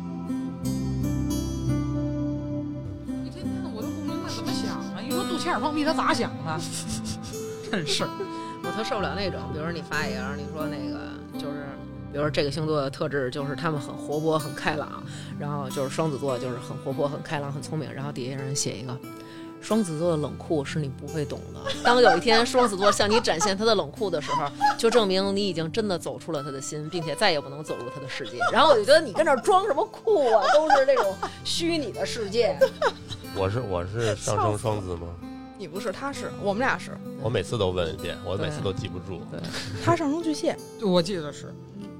啊欠点放屁，他咋想啊的？ 真是，我特受不了那种，比如说你发一个，然后你说那个就是，比如说这个星座的特质就是他们很活泼、很开朗，然后就是双子座就是很活泼、很开朗、很聪明，然后底下人写一个。双子座的冷酷是你不会懂的。当有一天双子座向你展现他的冷酷的时候，就证明你已经真的走出了他的心，并且再也不能走入他的世界。然后我就觉得你跟那儿装什么酷啊，都是那种虚拟的世界。我是我 是上升双子吗？嗯你不是，他是，我们俩是，我每次都问一遍，我每次都记不住。他上升巨蟹，对我记得是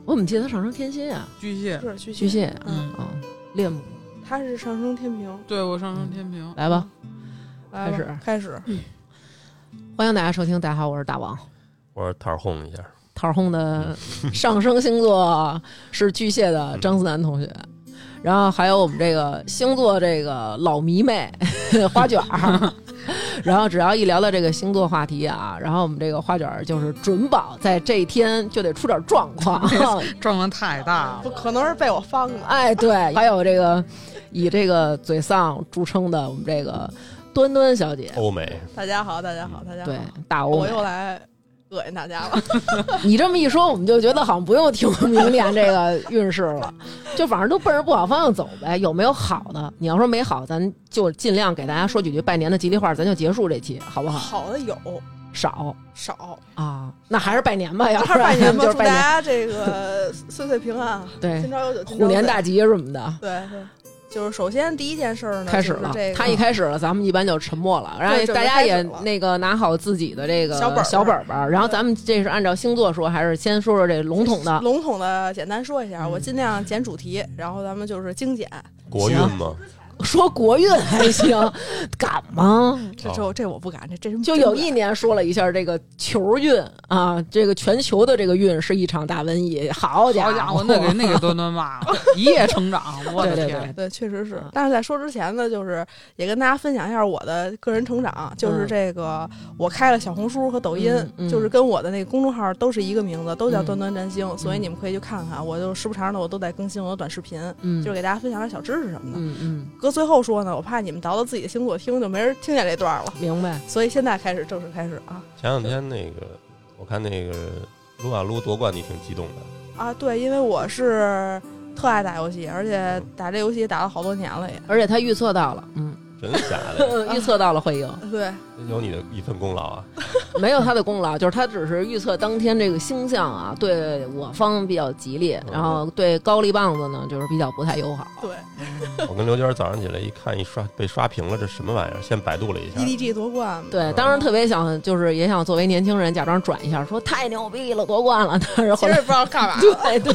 我怎么记得他上升天蝎啊？巨蟹，是巨蟹，巨蟹啊，嗯嗯啊，恋母，他是上升天平。对我上升天平。来吧，来吧开始嗯开始，欢迎大家收听，大家好，我是大王。我说套哄一下，桃红的嗯上升星座是巨蟹的张思楠同学，然后还有我们这个星座这个老迷妹 花卷儿，然后只要一聊到这个星座话题啊，然后我们这个花卷儿就是准保在这一天就得出点状况，嗯撞的太大了，不可能是被我放的。 哎，对，还有这个以这个嘴丧著称的我们这个端端小姐，欧美大家好，大家好，大家好对，大欧我美又来恶心大家了。 你这么一说，我们就觉得好像不用听明年这个运势了，就反正都奔着不好方向走呗。有没有好的？你要说没好，咱就尽量给大家说几句拜年的吉利话，咱就结束这期，好不好？好的有少少，啊，那还是拜年 吧，要不那还是拜然年吧，就是祝拜大年，家 这个岁岁平安，今对，朝有酒今朝虎年醉大吉什么的。对对，就是首先第一件事儿呢，开始就是了，这个他一开始了，咱们一般就沉默了，然后对准备大家开始也了那个拿好自己的这个小本儿小本本儿，然后咱们这是按照星座说，还是先说说这笼统的？笼统的简单说一下，嗯我尽量捡主题，然后咱们就是精简。国运吗？说国运还行， 敢吗？这哦这这我不敢，这这是嗯就有一年说了一下这个球运啊，这个全球的这个运是一场大瘟疫，好家好伙，家伙， 那给那给端端骂了，一夜成长，我的对对天！对，确实是嗯。但是在说之前呢，就是也跟大家分享一下我的个人成长，就是嗯这个我开了小红书和抖音嗯，嗯就是跟我的那个公众号都是一个名字，都叫嗯端端占星，所以你们可以去看看。我就时不常的我都在更新我的短视频，嗯，就是给大家分享点小知识什么的。嗯嗯，搁最后说呢，我怕你们倒到自己的星座听，就没人听见这段了。明白，所以现在开始正式开始啊前两天那个，我看那个撸啊撸夺冠，你挺激动的。啊！对，因为我是特爱打游戏，而且打这游戏打了好多年了也。而且他预测到了，嗯，真假的？ 嗯 预测到了会赢，对，有你的一份功劳啊！没有他的功劳，就是他只是预测当天这个星象啊，对我方比较吉利，然后对高丽棒子呢就是比较不太友好，对嗯我跟刘娟早上起来一看，一刷被刷屏了，这什么玩意儿？先百度了一下， ，EDG 夺冠嘛，对，当时特别想就是也想作为年轻人假装转一下，说太牛逼了，夺冠了， 但是后其实来也不知道干嘛。对对，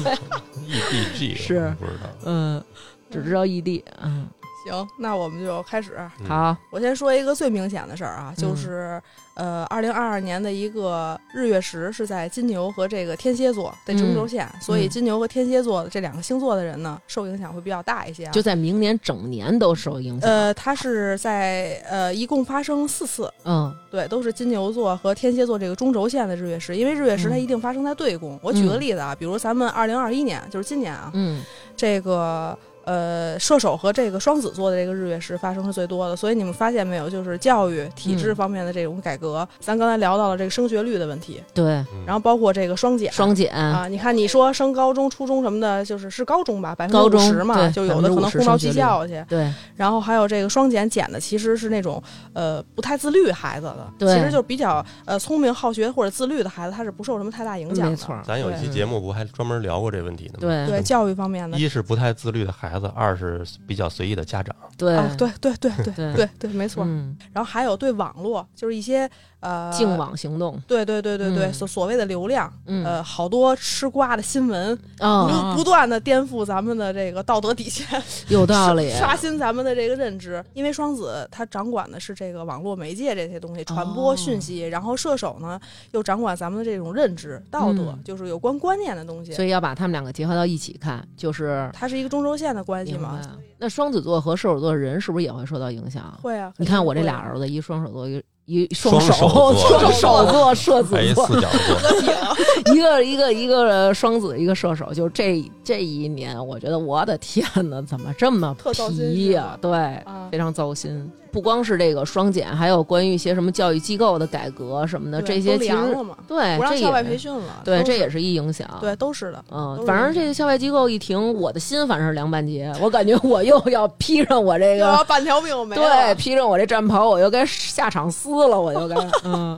E D G 是不知道？嗯，只知道异地，嗯，行，那我们就开始。嗯好，我先说一个最明显的事儿啊，嗯就是、呃，二零二二年的一个日月食是在金牛和这个天蝎座嗯在中轴线，所以金牛和天蝎座的这两个星座的人呢，受影响会比较大一些、啊。就在明年整年都受影响。呃，它是在呃，一共发生四次，嗯对，都是金牛座和天蝎座这个中轴线的日月食，因为日月食它嗯一定发生在对宫。我举个例子啊，比如咱们二零二一年，就是今年啊，嗯这个呃射手和这个双子座的这个日月食发生是最多的，所以你们发现没有，就是教育体制嗯方面的这种改革，咱刚才聊到了这个升学率的问题，，对，嗯然后包括这个双减。双减，啊，你看，你说升高中、初中什么的，就是是高中吧，百分高之中五十嘛，对就有的可50%能轰到升学技率校去，对，然后还有这个双减减的其实是那种呃不太自律孩子的，对其实就是比较呃聪明好学或者自律的孩子，他是不受什么太大影响的。没错儿，咱有一期对节目不还专门聊过这问题呢吗？对对教育方面的，一是不太自律的孩子，二是比较随意的家长。对啊，对对对对对对对，没错。嗯，然后还有对网络，就是一些呃净。网行动，对对对对对，嗯所所谓的流量，嗯呃，好多吃瓜的新闻，哦，啊不不断的颠覆咱们的这个道德底 线，有道理，刷新咱们的这个认知。因为双子他掌管的是这个网络媒介这些东西，传播哦讯息，然后射手呢又掌管咱们的这种认知、道德，嗯就是有关观念的东西。所以要把他们两个结合到一起看，就是它是一个中轴线的关系明白嘛？了。那双子座和射手座的人是不是也会受到影响？会啊，你看我这肯定俩会啊儿子，一双手座，一一一双双手手座 哎双手座射子还一座，四角座， 一个一个一个双子，一个射手，就是这这一年，我觉得我的天呐，怎么这么特糟心皮是呀、吧对，啊非常糟心。不光是这个双减，还有关于一些什么教育机构的改革什么的，对这些都其凉实了嘛，对不这让校外培也训了，对都这是也是一影响。对，都是的，都嗯，是反正这个校外机构一停，我的心反正凉半截。我感觉我又要披上我这又个要半啊条命没对了，披上我这战袍，我又该下场撕了，我又该嗯，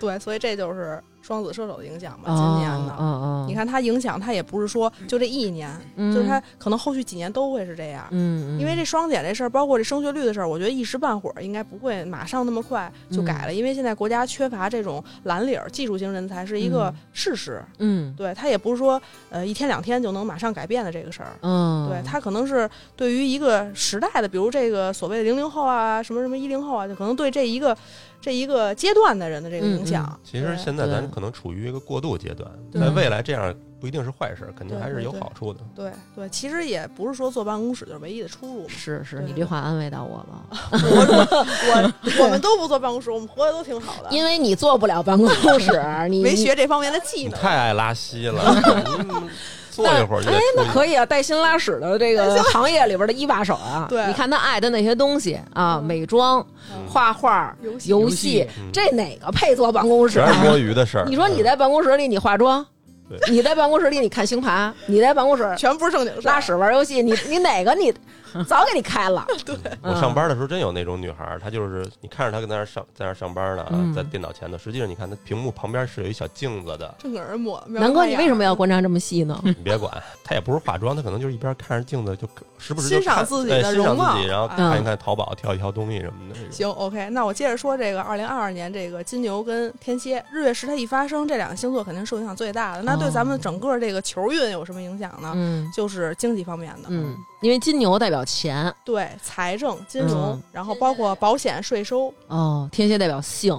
对，所以这就是双子射手的影响吧， 今哦年的。嗯嗯，你看它影响，它也不是说就这一年，嗯，就是它可能后续几年都会是这样。嗯，嗯，因为这双减这事儿，包括这升学率的事儿，我觉得一时半会儿应该不会马上那么快嗯就改了，因为现在国家缺乏这种蓝领儿技术型人才是一个嗯事实，嗯对它也不是说呃一天两天就能马上改变的这个事儿。嗯，对，它可能是对于一个时代的，比如这个所谓的零零后啊，什么什么一零后啊，就可能对这一个这一个阶段的人的嗯这个影响。其实对现在对咱可能处于一个过渡阶段，对在未来这样不一定是坏事，肯定对还是对有对好处的。嗯对对，其实也不是说坐办公室就是唯一的出路嘛。 是是，对你这话安慰到我了，我我我我们都不坐办公室，我们活得都挺好的，因为你坐不了办公室，你啊没。学这方面的技你能。太爱拉稀了，你坐一会儿就得哎，那出去可以啊，带薪拉屎的这个行业里边的一把手啊。对你看他爱的那些东西啊，嗯美妆、嗯画画、游戏游游戏戏，嗯这哪个配坐办公室啊全？是摸鱼的事儿。你说你在在办公室里你化妆对，你在办公室里你看星盘，你在办公室全不是正经事儿拉屎玩游戏，你你哪个 你早给你开了？我上班的时候真有那种女孩儿，她就是你看着她在那儿上在那儿上班呢嗯啊，在电脑前头，实际上你看她屏幕旁边是有一小镜子的，正经人抹。南哥，你为什么要观察这么细呢？你别管，她也不是化妆，她可能就是一边看着镜子就时不时就欣赏看自己对的欣赏容貌自己，然后啊嗯看一看淘宝，挑一挑东西什么的。这种行，OK，那我接着说这个二零二二年这个金牛跟天蝎日月食它一发生，这两个星座肯定受影响最大的。那对哦咱们整个这个球运有什么影响呢？嗯就是经济方面的，嗯，因为金牛代表钱对财政、金融，嗯然后包括保险、税收哦，天蝎代表性，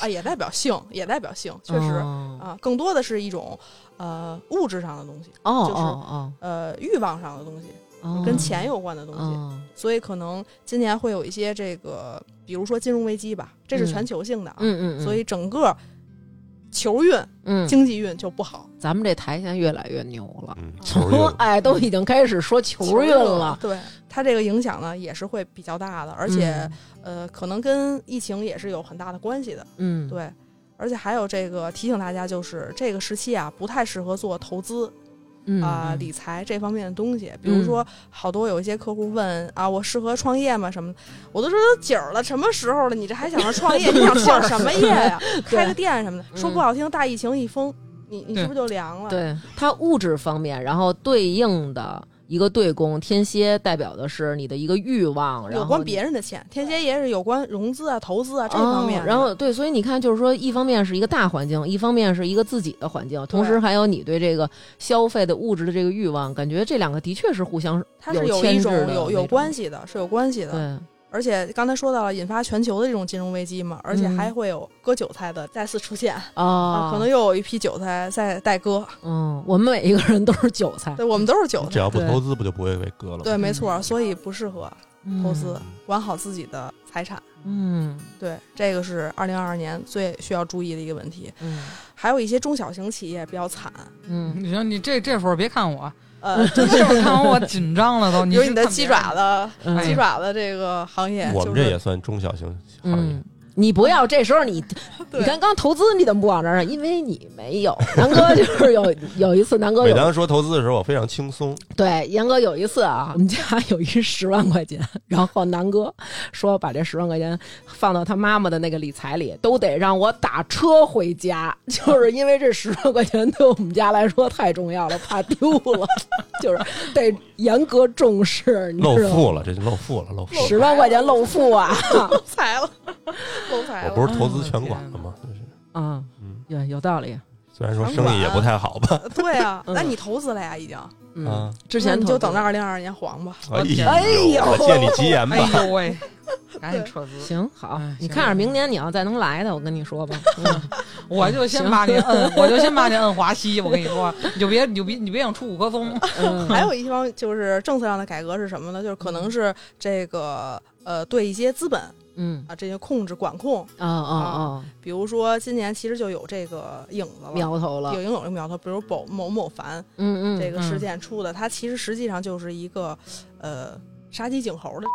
啊，也代表性，也代表性，确实、哦啊，更多的是一种呃物质上的东西，哦就是哦呃欲望上的东西，哦，跟钱有关的东西。哦所以可能今年会有一些这个，比如说金融危机吧，这是全球性的啊。嗯嗯嗯，所以整个球运、嗯，经济运就不好，咱们这台现在越来越牛了，嗯，球球运 哎，都已经开始说球运了，。对它这个影响呢，也是会比较大的，而且、嗯呃，可能跟疫情也是有很大的关系的。嗯，嗯，对，而且还有这个提醒大家，就是这个时期啊，不太适合做投资嗯啊、嗯理财这方面的东西。比如说，好多有一些客户问啊，我适合创业吗？什么的，我都说都几儿了，什么时候了？你这还想着创业？你想创什么业呀、 对开个店什么的。说不好听，大疫情一封，你你是不是就凉了？对它物质方面，然后对应的一个对宫，天蝎代表的是你的一个欲望，然有后关你别人的钱，天蝎也是有关融资啊、投资啊这方面哦的、然后对，所以你看，就是说，一方面是一个大环境，一方面是一个自己的环境，同时还有你对这个消费的物质的这个欲望，感觉这两个的确是互相它是有有牵一制种的有那有种关系的，是有关系的。对，而且刚才说到了引发全球的这种金融危机嘛，而且还会有割韭菜的再次出现、哦啊，可能又有一批韭菜在待割。嗯，我们每一个人都是韭菜， 对，我们都是韭只菜，要不对投资，不就不会被割了吗？对，没错，嗯所以不适合投资，管好自己的财产。嗯，对，这个是二零二二年最需要注意的一个问题。嗯还有一些中小型企业比较惨，嗯你说你这这会儿别看我，呃，这会儿看我紧张了都。比你如是你的看别鸡人爪子、嗯鸡爪子这个行业，我就们是这也算中小型行业嗯。，你不要这时候你对你看刚投资你怎么不往这儿上？因为你没有南哥就是有有一次南哥每有当说投资的时候，我非常轻松，对严哥有一次啊，我们家有一十万块钱，然后南哥说把这十万块钱放到他妈妈的那个理财里，都得让我打车回家， 就是因为这十万块钱对我们家来说太重要了，怕丢了， 就是得严格重视，你露知道吗？富了，这就露富了，露富十了。万块钱露富啊！漏财了，漏财 我了。 不是投嗯资拳馆了吗？就是啊，嗯，有有道理。虽然说生意也不太好吧，对啊，嗯那你投资了呀，已经，嗯啊，，之前那你就等着。着二零二二年黄吧。哎呦，哎呦我借你吉言哎吧，呦喂，赶紧撤资。行好哎，你行看着明年你要再能来的，我跟你说吧。我就先把你 摁，我就先把你摁华西。我跟你说，你就别，你就别，你别想出五棵松。嗯还有一方就是政策上的改革是什么呢？就是可能是这个呃，对一些资本嗯，啊，这些控制管控，哦哦比如说今年其实就有这个影子哦，了，苗头了有，影有这个苗头，比如某某某凡嗯嗯，这个嗯事件出的，它其实实际上就是一个呃杀鸡儆猴的，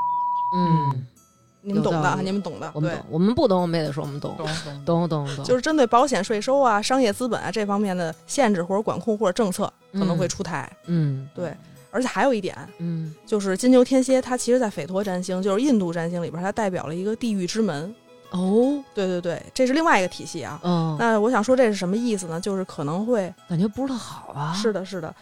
嗯，你们有懂道的，啊理你们懂的，我们对。懂，我们不懂，我们也得说我们懂，懂懂懂懂懂，就是针对保险、税收啊、商业资本啊这方面的限制或者管控或者政策可能会出台。嗯而且还有一点，嗯就是金牛天蝎，它其实在斐陀占星，就是印度占星里边，它代表了一个地狱之门。哦对对对，这是另外一个体系啊。哦，那我想说这是什么意思呢？就是可能会，感觉不是特好啊，是的，是 的。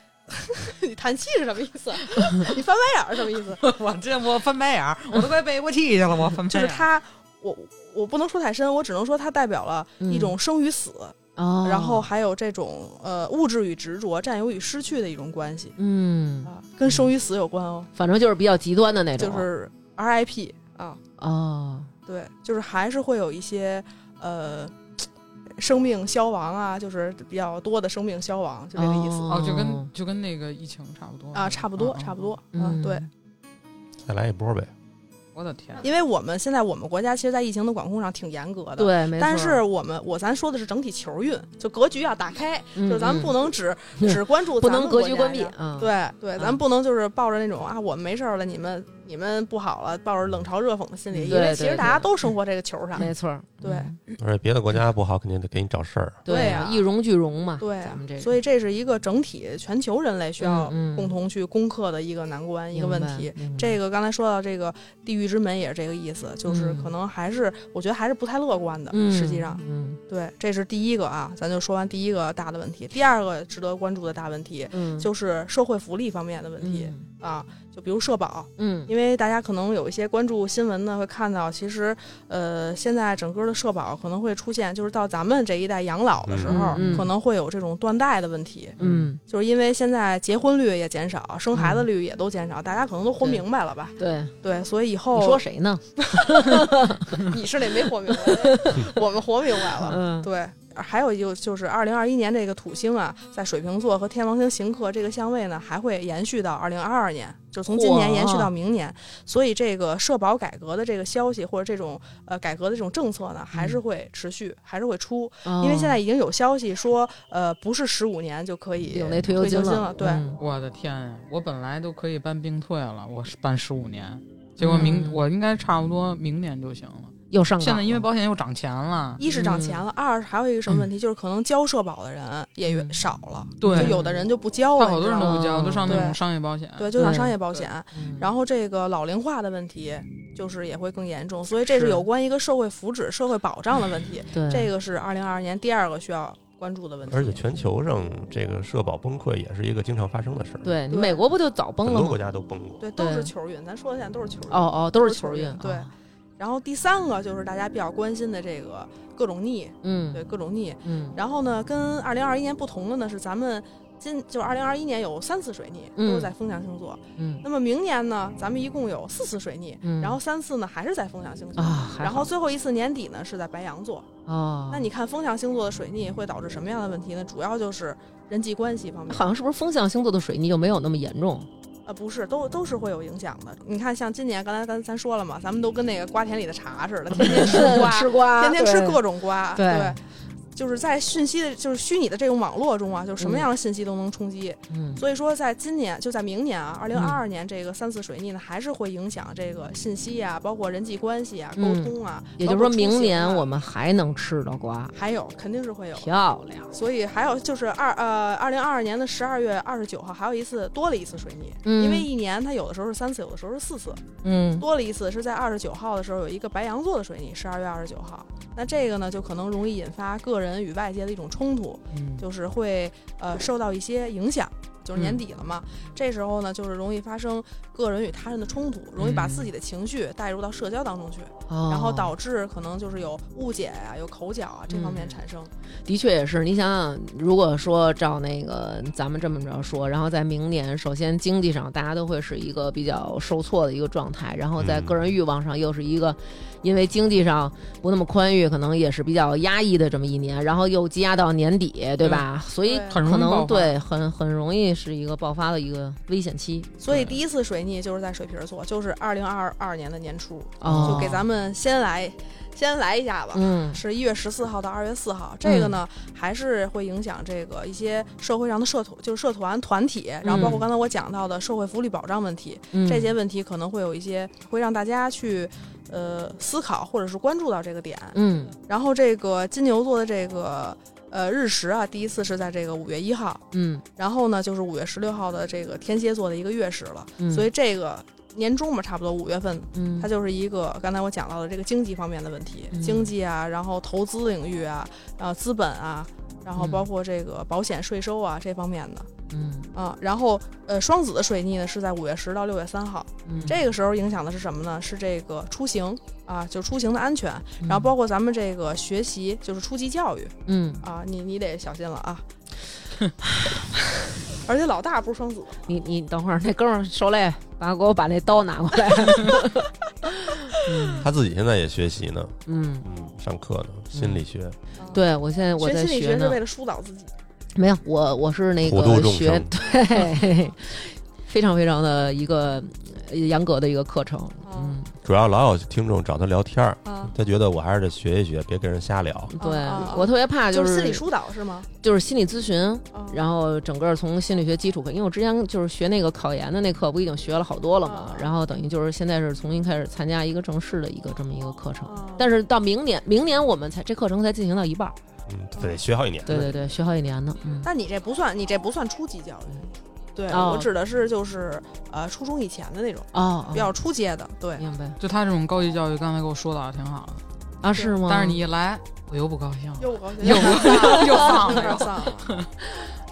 你叹气是什么意思？ 你翻白眼儿是什么意 思？ 我这我翻白眼儿，我都快背过气去了，我翻白就眼儿。是啊它，我我不能说太深，我只能说它代表了一种生与死，嗯哦，然后还有这种呃物质与执着、占有与失去的一种关系嗯，啊，跟生与死有关哦，反正就是比较极端的那种，啊就是 RIP 啊，哦，对，就是还是会有一些呃生命消亡啊，就是比较多的生命消亡，就这个意思、哦，就哦跟就跟那个疫情差不多啊，差不多，差不。多嗯嗯啊嗯，对，再来一波呗。嗯我的天，因为我们现在我们国家其实，在疫情的管控上挺严格的，。对，没错，但是我们我咱说的是整体球运，就格局要打开，嗯就是咱们不嗯能 只、嗯只关注不咱能们格国局家关闭呀啊，对对，咱嗯们不能就是抱着那种啊，我们没事儿了，你们你们不好了，抱着冷嘲热讽的心理，嗯因对为其实对大家对都生活这个球上。没错，啊对嗯而且别的国家不好，肯定得给你找事儿。对啊，啊一荣俱荣嘛，对啊咱们这个，所以这是一个整体全球人类需要嗯嗯共同去攻克的一个难关，一个问题。明白，这个个刚才说到这个地狱之门也是这个意思，就是嗯可能还是我觉得还是不太乐观的。实际上，嗯对，这是第一个啊，咱就说完第一个大的问题。第二个值得关注的大问题嗯，就是社会福利方面的问题嗯啊，就比如社保，嗯，因为大家可能有一些关注新闻呢，会看到其实，呃，现在整个的社保可能会出现，就是到咱们这一代养老的时候，嗯嗯嗯可能会有这种断代的问题，嗯，就是因为现在结婚率也减少，生孩子率也都减少，大家可能都活明白了吧？对，对，所以以后你说谁呢？你是那没活明白，我们活明白了。嗯，对，还有一个就是二零二一年这个土星啊，在水瓶座和天王星行克这个相位呢，还会延续到二零二二年，就从今年嚯延续到明年。所以这个社保改革的这个消息或者这种呃改革的这种政策呢，还是会持续，还是会出，嗯因为现在哦已经有消息说，呃，不是十五年就可以领那退休退休金金了，对。嗯我的天呀！我本来都可以办病退了，我是办十五年，结果明、嗯我应该差不多明年就行了。又上岗了，现在因为保险又涨钱了，一是涨钱了，二是还有一个什么问题，就是可能交社保的人也越嗯少了，对就有的人就不交了，但好多人你知道都吗不交，都上那种对商业保险。对，就像对商业保险，嗯，然后这个老龄化的问题就是也会更严重，所以这是是有关一个社会福祉、社会保障的问题，对这个是二零二二年第二个需要关注的嗯问题。而且全球上这个社保崩溃也是一个经常发生的事儿。，对你对美国不就早崩很了多吗国？家都崩过。对，都对是球运，咱说的现在都是球运。哦哦，都都是是球球运运，对啊然后第三个就是大家比较关心的这个各种逆，对嗯各种逆。嗯然后呢，跟二零二一年不同的呢是咱们。今就是二零二一年有三次水逆，嗯都是在风象星座。嗯那么明年呢，咱们一共有四次水逆，嗯然后三次呢还是在风象星座，啊，还然后好最后一次年底呢是在白羊座。哦，那你看风象星座的水逆会导致什么样的问题呢？主要就是人际关系方面，好像是不是风象星座的水逆就没有那么严重？呃，不是，都都是会有影响的。你看，像今年，刚才咱咱说了嘛，咱们都跟那个瓜田里的茶似 的，天天吃瓜，吃瓜，天天吃对各种瓜，对就是在讯息的，就是虚拟的这种网络中啊，就是什么样的信息都能冲击。嗯所以说，在今年，就在明年啊，二零二二年这个三次水逆呢，还是会影响这个信息啊，包括人际关系啊、沟嗯通啊。也包就是括说出明行年啊我们还能吃到瓜，还有肯定是会有的漂亮。所以还有就是二呃，二零二二年的十二月二十九号还有一次多了一次水逆，嗯因为一年它有的时候是三次，有的时候是四次，嗯，多了一次是在二十九号的时候有一个白羊座的水逆，十二月二十九号。那这个呢，就可能容易引发个人与外界的一种冲突，嗯，就是会呃受到一些影响。就是年底了嘛，嗯这时候呢，就是容易发生个人与他人的冲突，容易把嗯自己的情绪带入到社交当中去，然然后导致可能就是有误解呀、有口角啊这方面嗯产生。的确也是，你想想，如果说照那个咱们这么着说，然后在明年，首先经济上大家都会是一个比较受挫的一个状态，然后在嗯个人欲望上又是一个，因为经济上不那么宽裕，可能也是比较压抑的这么一年，然后又积压到年底，对吧？所以嗯对可很容易爆能发对很很容易是一个爆发的一个危险期，所以第一一次水逆就是在水瓶座，就是二零二二年的年初，哦就给咱们先来先来一下吧。嗯是一月十四号到二月四号，这个呢、还是会影响这个一些社会上的社团，就是社团团体，然后包括嗯刚才我讲到的社会福利保障问题，嗯这些问题可能会有一些会让大家去呃思考或者是关注到这个点。嗯然后这个金牛座的这个呃日食啊，第一次是在这个五月一号，嗯然后呢就是五月十六号的这个天蝎座的一个月食了，嗯，所以这个年终嘛，差不多五月份嗯它就是一个刚才我讲到的这个经济方面的问题，嗯经济啊，然后投资领域啊，呃，资本啊，然后嗯包括这个保险、税收啊这方面的嗯啊、然后呃，双子的水逆呢是在五月十到六月三号，嗯这个时候影响的是什么呢？是这个出行啊，就出行的安全，然后嗯包括咱们这个学习，就是初级教育嗯，啊，你你得小心了 啊。而且老大不是双子，你你等会儿那哥们儿受累，把给我把那刀拿过来，嗯他自己现在也学习呢，嗯。嗯，上课呢，心理学，啊，对，我现在我学在心理学学是呢为，了疏导自己。没有，我我是那普度个众学生，对，非常非常的一个呃严格的一个课程，嗯，主要老有听众找他聊天儿，啊，他觉得我还是得学一学，别跟人瞎聊。对啊啊我特别怕就是心理疏导是吗？就是心理咨询，啊然后整个从心理学基础课，因为我之前就是学那个考研的那课，不已经学了好多了嘛啊，然后等于就是现在是重新开始参加一个正式的一个这么一个课程，啊但是到明年，明年我们才这课程才进行到一半儿，嗯，得学好一年。对对对，学好几年呢，嗯，但你这不算，你这不算初级教育。对，哦我指的是就是呃初中以前的那种哦，比较初阶的。对明白就他这种高级教育，刚才给我说的挺好的，啊，是嗯吗？但是你一来，我又不高兴了。又高兴又丧又丧丧了了又丧了。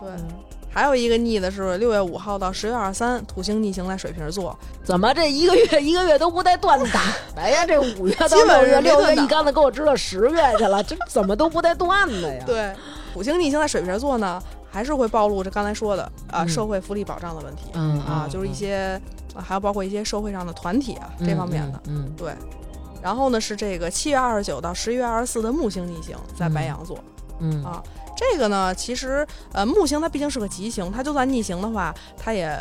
对，还有一个逆的是六月五号到十月二十三，土星逆行在水瓶座，怎么这一个月一个月都不带断 的？哎呀，这五月到基本六是月，没六断月档一竿子给我支到十月去了，这怎么都不带断的呀？，对，土星逆行在水瓶座呢，还是会暴露这刚才说的啊、嗯社会福利保障的问题、嗯哦啊，就是一些、啊还有包括一些社会上的团体啊、这方面的。，嗯对，然后呢是这个七月二十九到十一月二十四的木星逆行在白羊座，嗯啊这个呢其实呃木星它毕竟是个吉星，它就算逆行的话，它也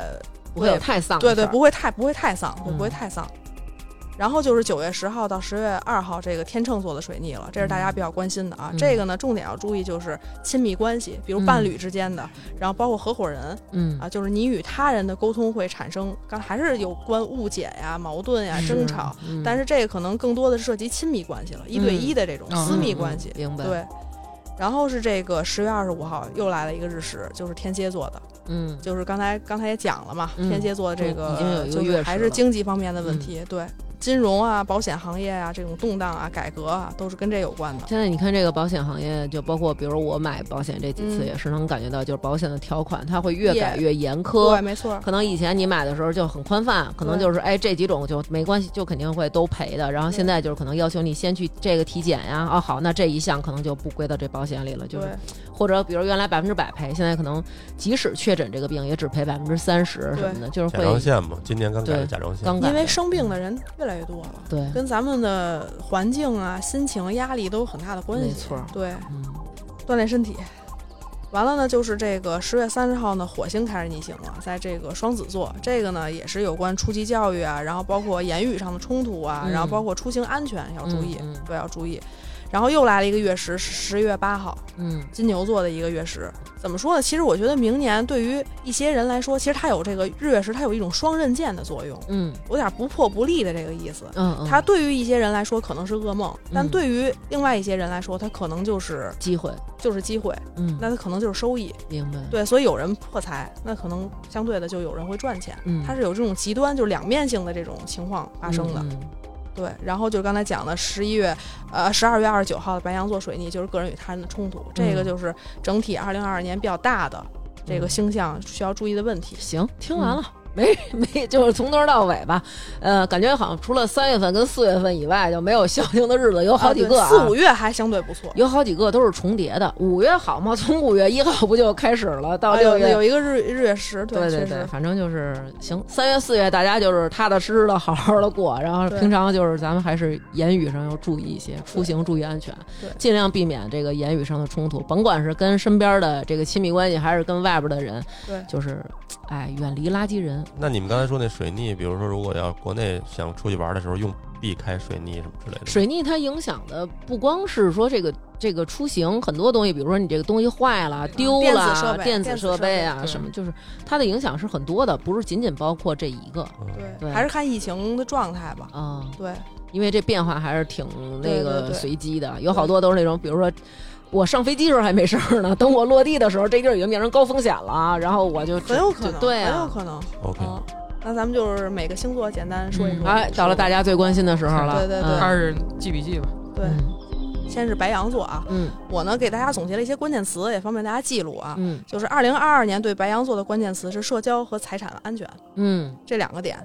不会有太丧，对对不，会太不会太丧，对嗯不会太丧。然后就是九月十号到十月二号这个天秤座的水逆了，这是大家比较关心的啊。嗯这个呢重点要注意就是亲密关系，比如伴侣之间的，然后包括合伙人嗯啊，就是你与他人的沟通会产生，刚还是有关误解呀、矛盾呀、争吵。，但是啊是这个可能更多的涉及亲密关系了，一对一的这种嗯私密关系。明白，，对，然后是这个十月二十五号又来了一个日食，就是天蝎座的，嗯就是刚才刚才也讲了嘛，嗯天蝎座的这对已经有个一个就是月还食是了嗯经济方面的问题，对金融啊、保险行业啊这种动荡啊、改革啊，都是跟这有关的。现在你看这个保险行业，就包括比如我买保险这几次，嗯也是能感觉到，就是保险的条款它会越改也越严苛对，。没错儿，可能以前你买的时候就很宽泛，可能对就是哎这几种就没关系，就肯定会都赔的。然后对现在就是可能要求你先去这个体检呀，哦好，那这一项可能就不归到这保险里了，就是对或者比如原来百分之百赔，现在可能即使确诊这个病也只赔百分之三十什么的，就是甲状会腺嘛，今年刚改的对甲状腺，刚改因为的生病的人越来越多了，对，跟咱们的环境啊、心情、压力都有很大的关系。没错儿对，嗯锻炼身体。完了呢，就是这个十月三十号呢，火星开始逆行了，在这个双子座，这个呢也是有关初级教育啊，然后包括言语上的冲突啊，嗯然后包括出行安全要注意，嗯嗯对，要注意。然后又来了一个月食，十月八号，嗯金牛座的一个月食。怎么说呢？其实我觉得明年对于一些人来说，其实它有这个日月食，它有一种双刃剑的作用，嗯有点不破不立的这个意思。嗯，嗯它对于一些人来说可能是噩梦，但嗯对于另外一些人来说，它可能就是机会，就是机会。嗯，那它可能就是收益。明白，对，所以有人破财，那可能相对的就有人会赚钱。嗯，它是有这种极端，就是两面性的这种情况发生的。嗯，对，然后就是刚才讲的十一月，呃，十二月二十九号的白羊座水逆，就是个人与他人的冲突，这个嗯就是整体二零二二年比较大的这个嗯星象需要注意的问题。嗯行，听完了，没 没，就是从头到尾吧，呃，感觉好像除了三月份跟四月份以外，就没有消停的日子，有好几个、啊啊对四五月还相对不错。有好几个都是重叠的。五月好嘛，从五月一号不就开始了，到啊六有月、有一个日日月食，对确对对，实反正就是行。三月四月大家就是踏踏实实的好好的过，然后对平常就是咱们还是言语上要注意一些，出行注意安全对，尽量避免这个言语上的冲突，甭管是跟身边的这个亲密关系，还是跟外边的人，对就是哎远离垃圾人。那你们刚才说那水逆，比如说如果要国内想出去玩的时候用避开水逆什么之类的，水逆它影响的不光是说这个这个出行很多东西，比如说你这个东西坏了、丢嗯电子了、设备电电子子设设备备啊对什么，就是它的影响是很多的，不是仅仅包括这一个对嗯对，还是看疫情的状态吧。啊。对，因为这变化还是挺那哦对对个对随机的，有好多都是那种，比如说我上飞机时候还没事儿呢，等我落地的时候，这地儿已经变成高风险了，然后我就很有可能，对很有啊，可能。 ，OK，嗯，那咱们就是每个星座简单说一嗯说。哎，到了大家最关心的时候了，对对开对始记笔记吧。嗯对，先是白羊座啊，嗯我呢给大家总结了一些关键词，也方便大家记录啊。嗯就是二零二二年对白羊座的关键词是社交和财产安全嗯这两个点。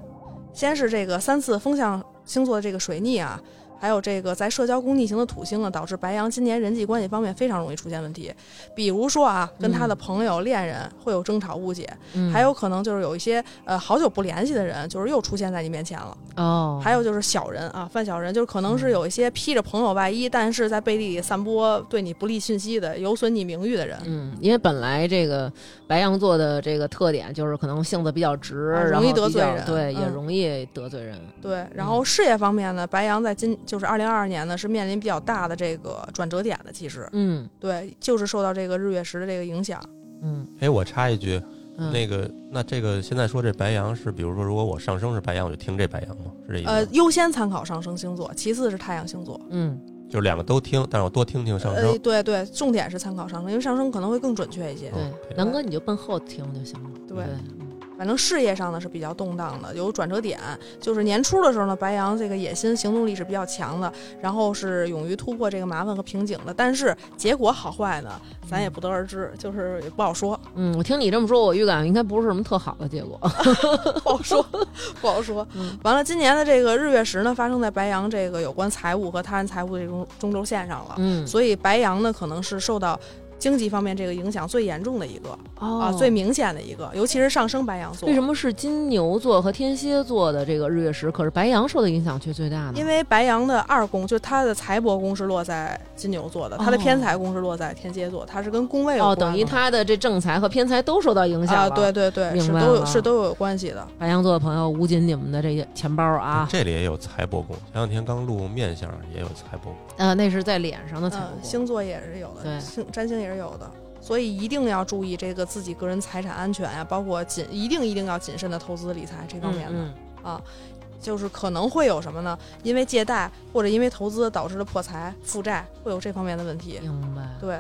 先是这个三次风象星座的这个水逆啊，还有这个在社交宫逆行的土星呢，导致白羊今年人际关系方面非常容易出现问题，比如说啊，跟他的朋友、恋人会有争吵、误解，嗯，还有可能就是有一些呃好久不联系的人，就是又出现在你面前了。哦，还有就是小人啊，犯小人，就是可能嗯是有一些披着朋友外衣，但是在背地里散播对你不利信息的、有损你名誉的人，嗯，因为本来这个白羊座的这个特点就是可能性子比较直，啊然后容易得比较罪人对，也嗯容易得罪人。对。嗯然后事业方面呢，白羊在今就是二零二二年呢是面临比较大的这个转折点的，其实嗯对，就是受到这个日月食的这个影响。嗯哎，我插一句，嗯，那个，那这个现在说这白羊是，比如说，如果我上升是白羊，我就听这白羊吗？是这意思吗？呃，优先参考上升星座，其次是太阳星座。嗯就是两个都听，但是我多听听上呃，升。对对，重点是参考上升，因为上升可能会更准确一些。嗯对，南哥你就奔后听就行了。对对反正事业上呢是比较动荡的，有转折点。就是年初的时候呢，白羊这个野心、行动力是比较强的，然后是勇于突破这个麻烦和瓶颈的。但是结果好坏呢，咱也不得而知，就是也不好说， 嗯，我听你这么说，我预感应该不是什么特好的结果。不好说，不好说。嗯完了，今年的这个日月食呢，发生在白羊这个有关财务和他人财务这种中轴线上了， 嗯，所以白羊呢可能是受到。经济方面这个影响最严重的一个、哦啊，最明显的一个，尤其是上升白羊座。为什么是金牛座和天蝎座的这个日月食，可是白羊受的影响却最大呢？因为白羊的二宫就是他的财帛宫是落在金牛座的，他的哦偏财宫是落在天蝎座，它是跟宫位有哦，关的。等于他的这正财和偏财都受到影响啊，了对对对，明是白都了有是都有关系的。白羊座的朋友，捂紧你们的这些钱包啊！这里也有财帛宫，前两天刚录面相也有财帛宫。呃，那是在脸上的财嗯，帛宫。星座也是有对的，星占星也是有的，所以一定要注意这个自己个人财产安全呀、包括谨一定一定要谨慎的投资理财这方面的。嗯就是可能会有什么呢？因为借贷或者因为投资导致的破财、负债，会有这方面的问题。嗯，明白。对，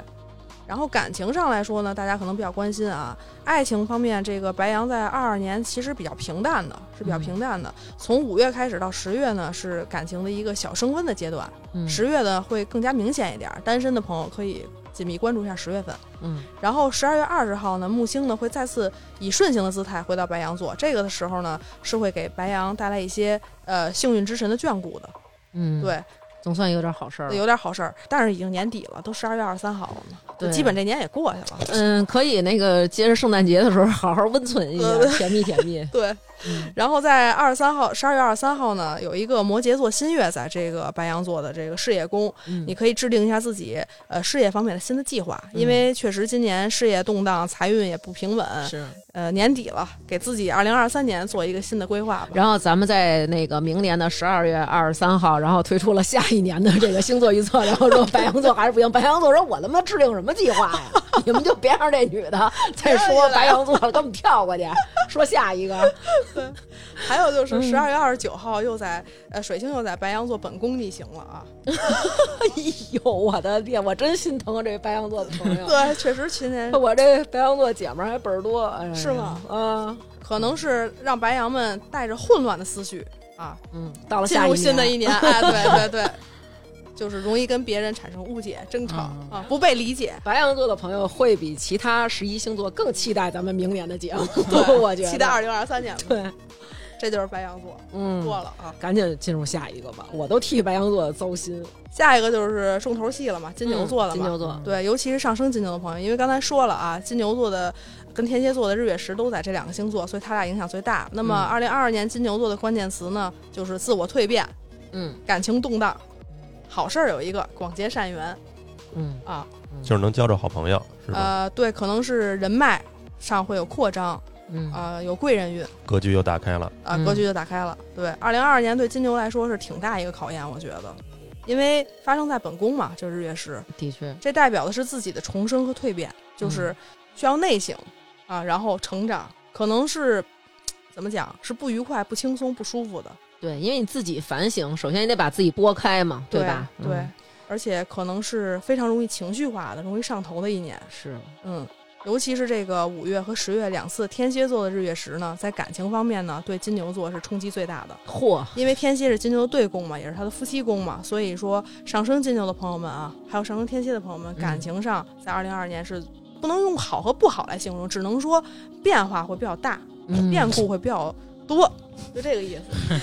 然后感情上来说呢，大家可能比较关心啊，爱情方面，这个白羊在二二年其实比较平淡的，是比较嗯平淡的。从五月开始到十月呢，是感情的一个小升温的阶段，嗯十、月呢会更加明显一点儿。单身的朋友可以紧密关注一下十月份。嗯然后十二月二十号呢，木星呢会再次以顺行的姿态回到白羊座，这个的时候呢是会给白羊带来一些呃幸运之神的眷顾的，嗯，，对，总算有点好事儿了。有点好事儿。但是已经年底了，都十二月二十三号了嘛，就对基本这年也过去了。嗯，可以那个接着圣诞节的时候好好温存一 下，呃甜蜜甜蜜。对嗯，然后在二十三号，十二月二十三号呢，有一个摩羯座新月在这个白羊座的这个事业宫，嗯你可以制定一下自己呃事业方面的新的计划，嗯因为确实今年事业动荡，财运也不平稳，是，呃年底了，给自己二零二三年做一个新的规划吧。然后咱们在那个明年的十二月二十三号，然后推出了下一年的这个星座预测，然后说白羊座还是不行，白羊座说我他妈制定什么计 划呀？你们就别让这女的再说白羊座了，给我们跳 过去，说下一个。还有就是嗯十二月二十九号又在、呃水星又在白羊座本宫逆行了啊，哎呦，我的天，我真心疼这白羊座的朋友。对，确实今 年我这白羊座姐们儿还倍儿多，哎呀是吗？啊，可能是让白羊们带着混乱的思绪啊嗯，到了进下一 入新的年一年，哎，对对对，就是容易跟别人产生误解、争吵嗯啊，不被理解。白羊座的朋友会比其他十一星座更期待咱们明年的节目，对我觉得。期待二零二三年吧，对，这就是白羊座嗯，过了啊。赶紧进入下一个吧，我都替白羊座糟心。嗯下一个就是重头戏了嘛，金牛座了金嘛。牛座，对，尤其是上升金牛的朋友，因为刚才说了啊，金牛座的跟天蝎座的日月食都在这两个星座，所以它俩影响最大。那嗯么，二零二二年金牛座的关键词呢，就是自我蜕变、嗯感情动荡。好事儿有一个，广结善缘嗯，啊。就是能交着好朋友，是吧？呃，对，可能是人脉上会有扩张，嗯啊、有贵人运格局又打开了，啊、嗯格局就打开了。对，二零二二年对金牛来说是挺大一个考验，我觉得，因为发生在本宫嘛，就是日月食，的确，这代表的是自己的重生和蜕变，嗯就是需要内省啊，然后成长，可能是怎么讲是不愉快、不轻松、不舒服的，对，因为你自己反省，首先你得把自己拨开嘛，对吧？对。嗯而且可能是非常容易情绪化的、容易上头的一年，是，嗯，尤其是这个五月和十月两次天蝎座的日月食呢，在感情方面呢，对金牛座是冲击最大的。嚯，因为天蝎是金牛的对宫嘛，也是他的夫妻宫嘛，所以说上升金牛的朋友们啊，还有上升天蝎的朋友们，嗯感情上在二零二二年是不能用好和不好来形容，只能说变化会比较大，嗯变故会比较多，就这个意思。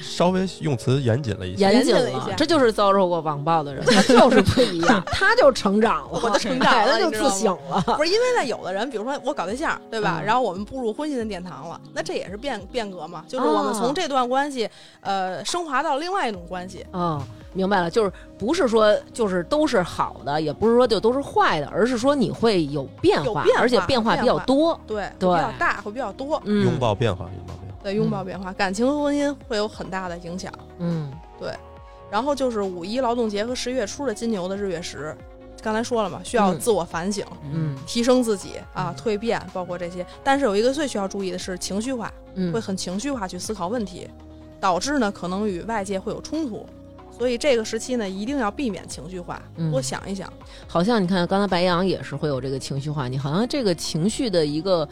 稍微用词严谨了一些。严严谨谨了一些这就是遭受过网暴的人，他就是不一 样，他就成长了，我就成长了哎他就你知自道吗省了。不是因为呢，有的人，比如说我搞对象，对吧？嗯然后我们步入婚姻的殿堂了，那这也是变变革嘛，就是我啊们从这段关系，呃，升华到另外一种关系。哦，明白了，就是不是说就是都是好的，也不是说就都是坏的，而是说你会有变有化，变而且化变化比较变化多。对，对会比较大，会比较多。嗯，拥抱变化，拥抱变化。对，拥抱变化，感情和婚姻会有很大的影响。嗯，然后就是五一劳动节和十一月初的金牛的日月食，刚才说了嘛，需要嗯自我反省、嗯提升自己啊，蜕变，包括这些。但是有一个最需要注意的是情绪化，嗯，会很情绪化去思考问题，导致呢可能与外界会有冲突。所以这个时期呢，一定要避免情绪化，嗯多想一想。好像你看刚才白羊也是会有这个情绪化，你好像这个情绪的一个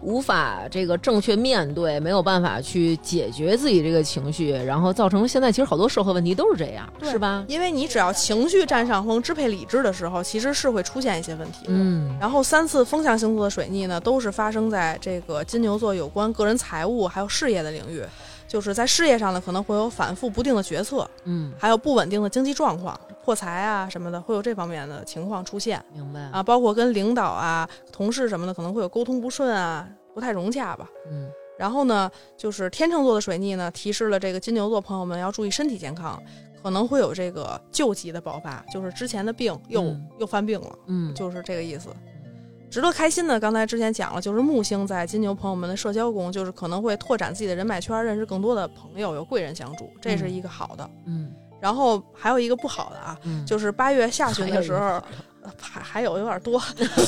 无法这个正确面对，没有办法去解决自己这个情绪，然后造成现在其实好多社会问题都是这样，对是吧？因为你只要情绪占上风，支配理智的时候，其实是会出现一些问题的。嗯然后三次风象星座的水逆呢，都是发生在这个金牛座有关个人财务还有事业的领域，就是在事业上呢可能会有反复不定的决策，嗯，还有不稳定的经济状况、破财啊什么的，会有这方面的情况出现明白。啊，包括跟领导啊、同事什么的可能会有沟通不顺啊，不太融洽吧。嗯然后呢，就是天秤座的水逆呢，提示了这个金牛座朋友们要注意身体健康，可能会有这个旧疾的爆发，就是之前的病又、嗯又犯病了。嗯，就是这个意思。值得开心的，刚才之前讲了，就是木星在金牛朋友们的社交宫，就是可能会拓展自己的人脉圈，认识更多的朋友，有贵人相助，这是一个好的。嗯然后还有一个不好的啊，嗯，就是八月下旬的时候，呃还还有有点多。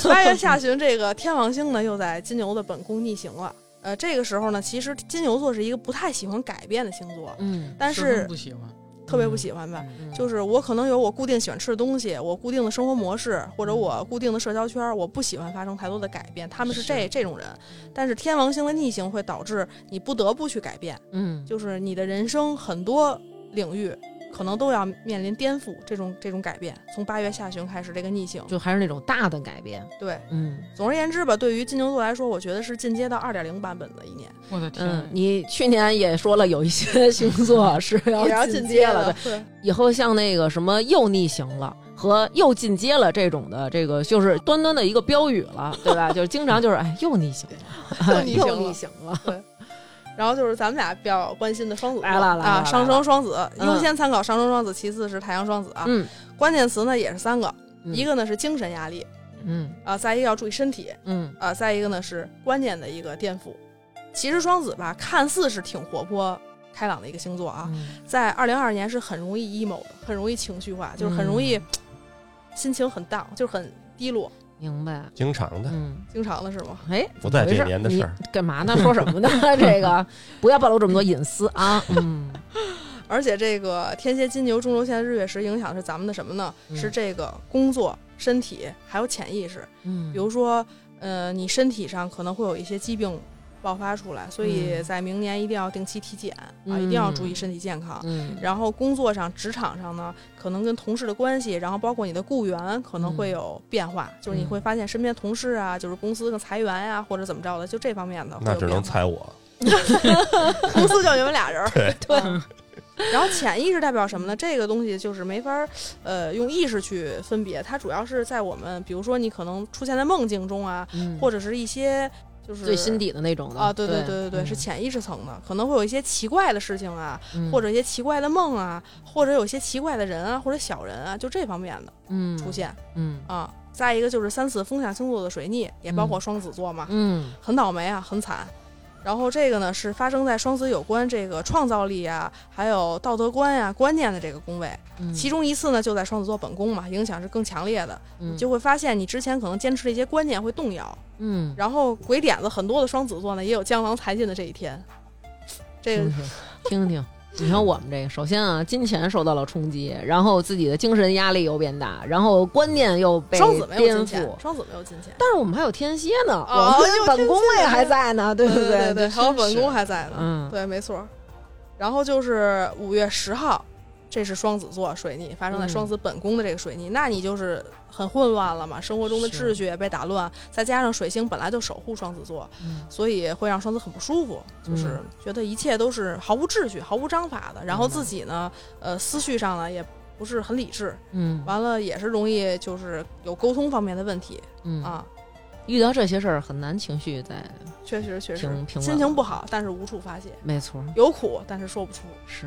八月下旬，这个天王星呢又在金牛的本宫逆行了。呃，这个时候呢，其实金牛座是一个不太喜欢改变的星座，嗯，但十分是不喜欢，特别不喜欢吧。嗯就是我可能有我固定喜欢吃的东西，我固定的生活模式，或者我固定的社交圈儿，我不喜欢发生太多的改变。他们是这这种人，但是天王星的逆行会导致你不得不去改变，嗯，就是你的人生很多领域可能都要面临颠覆这种这种改变。从八月下旬开始，这个逆行，就还是那种大的改变，对。嗯。总而言之吧，对于金牛座来说，我觉得是进阶到二点零版本的一年，我的天嗯哪，， 你去年也说了，有一些星座是要进阶了，对，对，以后像那个什么又逆行了和又进阶了这种的，这个就是端端的一个标语了，对吧？就是经常就是哎又逆行了，又逆行了又逆行了，然后就是咱们俩比较关心的双子座来了来啊，了上来升双子嗯优先参考上升双子，其次是太阳双子啊。嗯关键词呢也是三个，嗯一个呢是精神压力嗯啊，再一个要注意身体嗯啊，再一个呢是观念的一个颠覆。其实双子吧，看似是挺活泼开朗的一个星座啊，嗯在二零二年是很容易 emo 的，很容易情绪化，就是很容嗯易、心情很 down，就是很低落，明白，经常的，嗯，经常的是吗？哎，不在怎么回这年的事儿，你干嘛呢？说什么呢？ 这个不要暴露这么多隐私啊，嗯而且这个天蝎、金牛、中轴线、日月食影响是咱们的什么呢？嗯是这个工作、身 体还有潜意识。嗯，比如说，呃，你身体上可能会有一些疾病爆发出来，所以嗯在明年一定要定期体检、啊，嗯一定要注意身体健康。嗯，然后工作上、职场上呢，可能跟同事的关系，然后包括你的雇员可能嗯会有变化，就是你会发现身边同事啊，就是公司跟裁员呀、或者怎么着的，就这方面的。那只能，猜我。 公司就你们俩人儿。 对，对。然后潜意识代表什么呢？这个东西就是没法儿，呃，用意识去分别。它主要是在我们，比如说你可能出现在梦境中啊，嗯或者是一些就是最心底的那种的啊，对对对对对对，是潜意识层的，可能会有一些奇怪的事情啊，嗯或者一些奇怪的梦啊，或者有一些奇怪的人啊，或者小人啊，就这方面的嗯出，现嗯啊。再一个就是三次风象星座的水逆，也包括双子座嘛，嗯很倒霉啊，很惨。然后这个呢是发生在双子有关这个创造力啊，还有道德观呀、啊观念的这个宫位。嗯，其中一次呢就在双子座本宫嘛，影响是更强烈的，嗯就会发现你之前可能坚持的一些观念会动摇。嗯，然后鬼点子很多的双子座呢，也有江郎才尽的这一天。这个听 听听听。你看我们这个，首先啊，金钱受到了冲击，然后自己的精神压力又变大，然后观念又被双子没有颠金覆钱，。双子没有金钱，但是我们还有天蝎呢，哦我们有本宫天位蝎还在呢，对不对对对对，还有本宫，还在这真是呢，嗯，对，没错。然后就是五月十号，这是双子座水逆发生在嗯双子本宫的这个水逆，那你就是很混乱了嘛，生活中的是秩序也被打乱，再加上水星本来就守护双子座，嗯所以会让双子很不舒服，就是觉得一切都是毫无秩序、毫无章法的，然后明白自己呢，呃，思绪上呢也不是很理智，嗯完了也是容易就是有沟通方面的问题嗯，啊，遇到这些事儿很难情绪在，确实确实平平稳心情不好，但是无处发泄，没错，有苦但是说不出，是，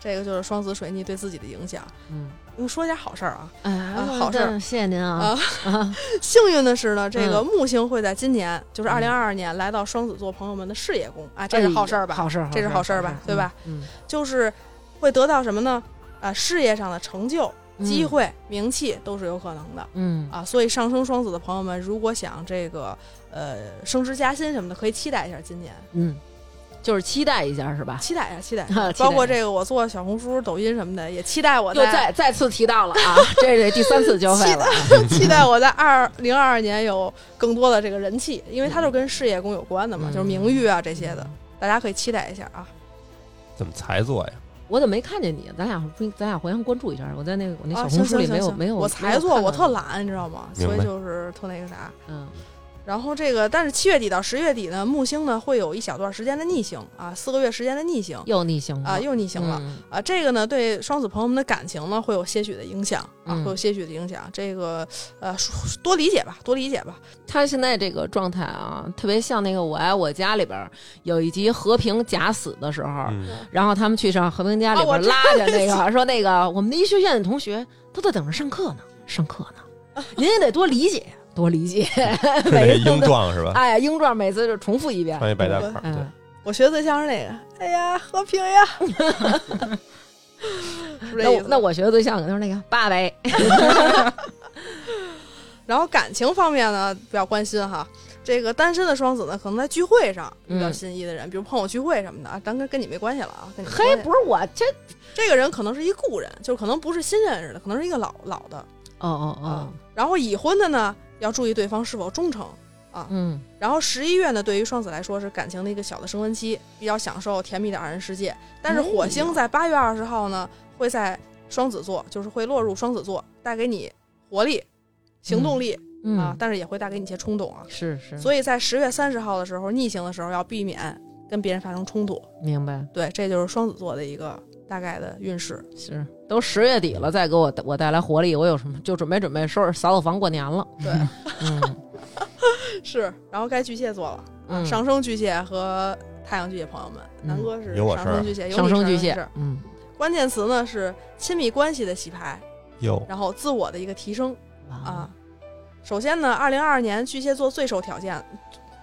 这个就是双子水逆对自己的影响。嗯，嗯，说点好事儿啊，哎啊好事儿但谢谢您啊啊，啊幸运的是呢，这个嗯木星会在今年，就是嗯二零二二年来到双子座朋友们的事业宫啊，这是哎好事儿吧？好事儿，这是好事儿吧对吧？嗯，就是会得到什么呢？啊，事业上的成就、嗯机，会、名气都是有可能的。嗯啊，所以上升双子的朋友们，如果想这个呃升职加薪什么的，可以期待一下今年，嗯，就是期待一下是吧？期待一下，期待 一期下待。包括这个我做小红书、抖音什么的，也期待我又在再再次提到了 啊，这是第三次交费了啊，期 待我在二零二二年有更多的这个人气，因为它就跟事业宫有关的嘛，嗯就是名誉啊这些的，大家可以期待一下啊。怎么才做呀？ 我怎么没看见你？啊咱俩不，咱俩互相关注一下。我在那个我那啊小行红书里行没有、行行没有，我才没做，有我看到特懒，你知道吗？明所白以就是特那个啥。嗯然后这个，但是七月底到十月底呢，木星呢会有一小段时间的逆行啊，四个月时间的逆行又逆行了啊，又逆行了。嗯啊，这个呢，对双子朋友们的感情呢，会有些许的影响啊，嗯会有些许的影响。这个呃，说多理解吧，多理解吧。他现在这个状态啊，特别像那个《我爱我家》里边儿有一集和平假死的时候， 嗯，然后他们去上和平家里啊我边知道拉着那个、说那个我们的医学院的同学都在等着上课呢，上课呢， 您也得多理解，多理 解。是每那次都英壮是吧？哎，英壮每次就重复一遍穿。一白大褂儿，对嗯，，我学的最像是那个，哎呀，和平呀，是不 是那这意 我思？那我学的对象可就是那个八维，然后感情方面呢，比较关心哈。这个单身的双子呢，可能在聚会上遇到嗯心仪的人，比如朋友聚会什么的啊，当然跟你没关系了啊。跟你没 嘿关，系不是我这，这个人可能是一故人，就是可能不是新认识的，可能是一个老老的。 哦哦哦，然后已婚的呢，要注意对方是否忠诚。嗯。然后十一月呢，对于双子来说是感情的一个小的升温期，比较享受甜蜜的二人世界。但是火星嗯在八月二十号呢，会在双子座，就是会落入双子座，带给你活力、行动力、嗯啊，但是也会带给你一些冲动啊。是是，所以在十月三十号的时候，逆行的时候要避免跟别人发生冲突。明白对，这就是双子座的一个大概的运势。是都十月底了，再给我我带来活力，我有什么就准备准备收拾扫扫房过年 了。对，嗯是。然后该巨蟹座了，嗯，上升巨蟹和太阳巨蟹朋友们，南哥是有我上事儿升啊巨蟹，有上你升事儿巨有你蟹事儿，嗯关键词呢是亲密关系的洗牌，哟，然后自我的一个提升啊啊，。首先呢，二零二二年巨蟹座最受挑战，